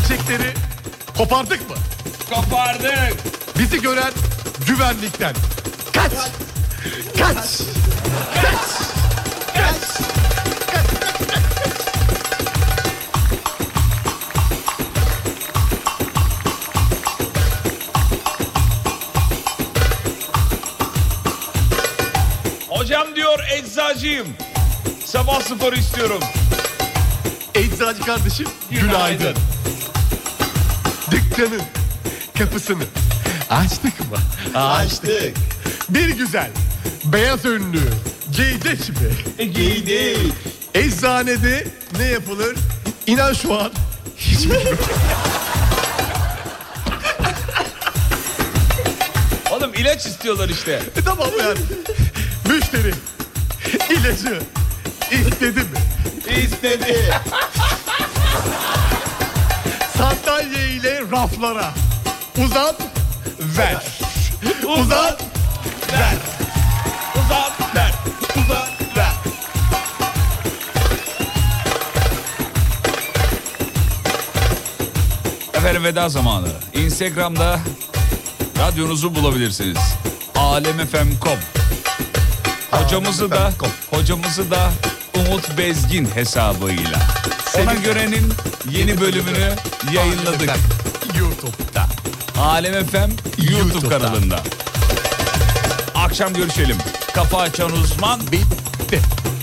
Çiçekleri kopardık mı?
Kopardık.
Bizi gören güvenlikten. Kaç! Kaç! Kaç! Kaç!
Hocam diyor eczacıyım. Sabah sporu istiyorum.
Eczacı kardeşim günaydın. Dükkanın kapısını açtık mı? Açtık. Bir güzel beyaz önlüğü giydik mi? Giydik. Eczanede ne yapılır? İnan şu an şey hiç bilmiyorum.
Oğlum ilaç istiyorlar işte.
E tamam yani. Müşteri ilacı istedi mi? İstedi. Sandalye ile raflara uzat ver. Uzat ver. Uzat ver. Uzat ver.
Efendim veda zamanı. Instagram'da radyonuzu bulabilirsiniz. Alemfm.com Hocamızı da hocamızı da Umut Bezgin hesabıyla. Ona görenin yeni bölümünü yayınladık.
YouTube'da.
Alem FM YouTube, kanalında. Akşam görüşelim. Kafa açan uzman bitti.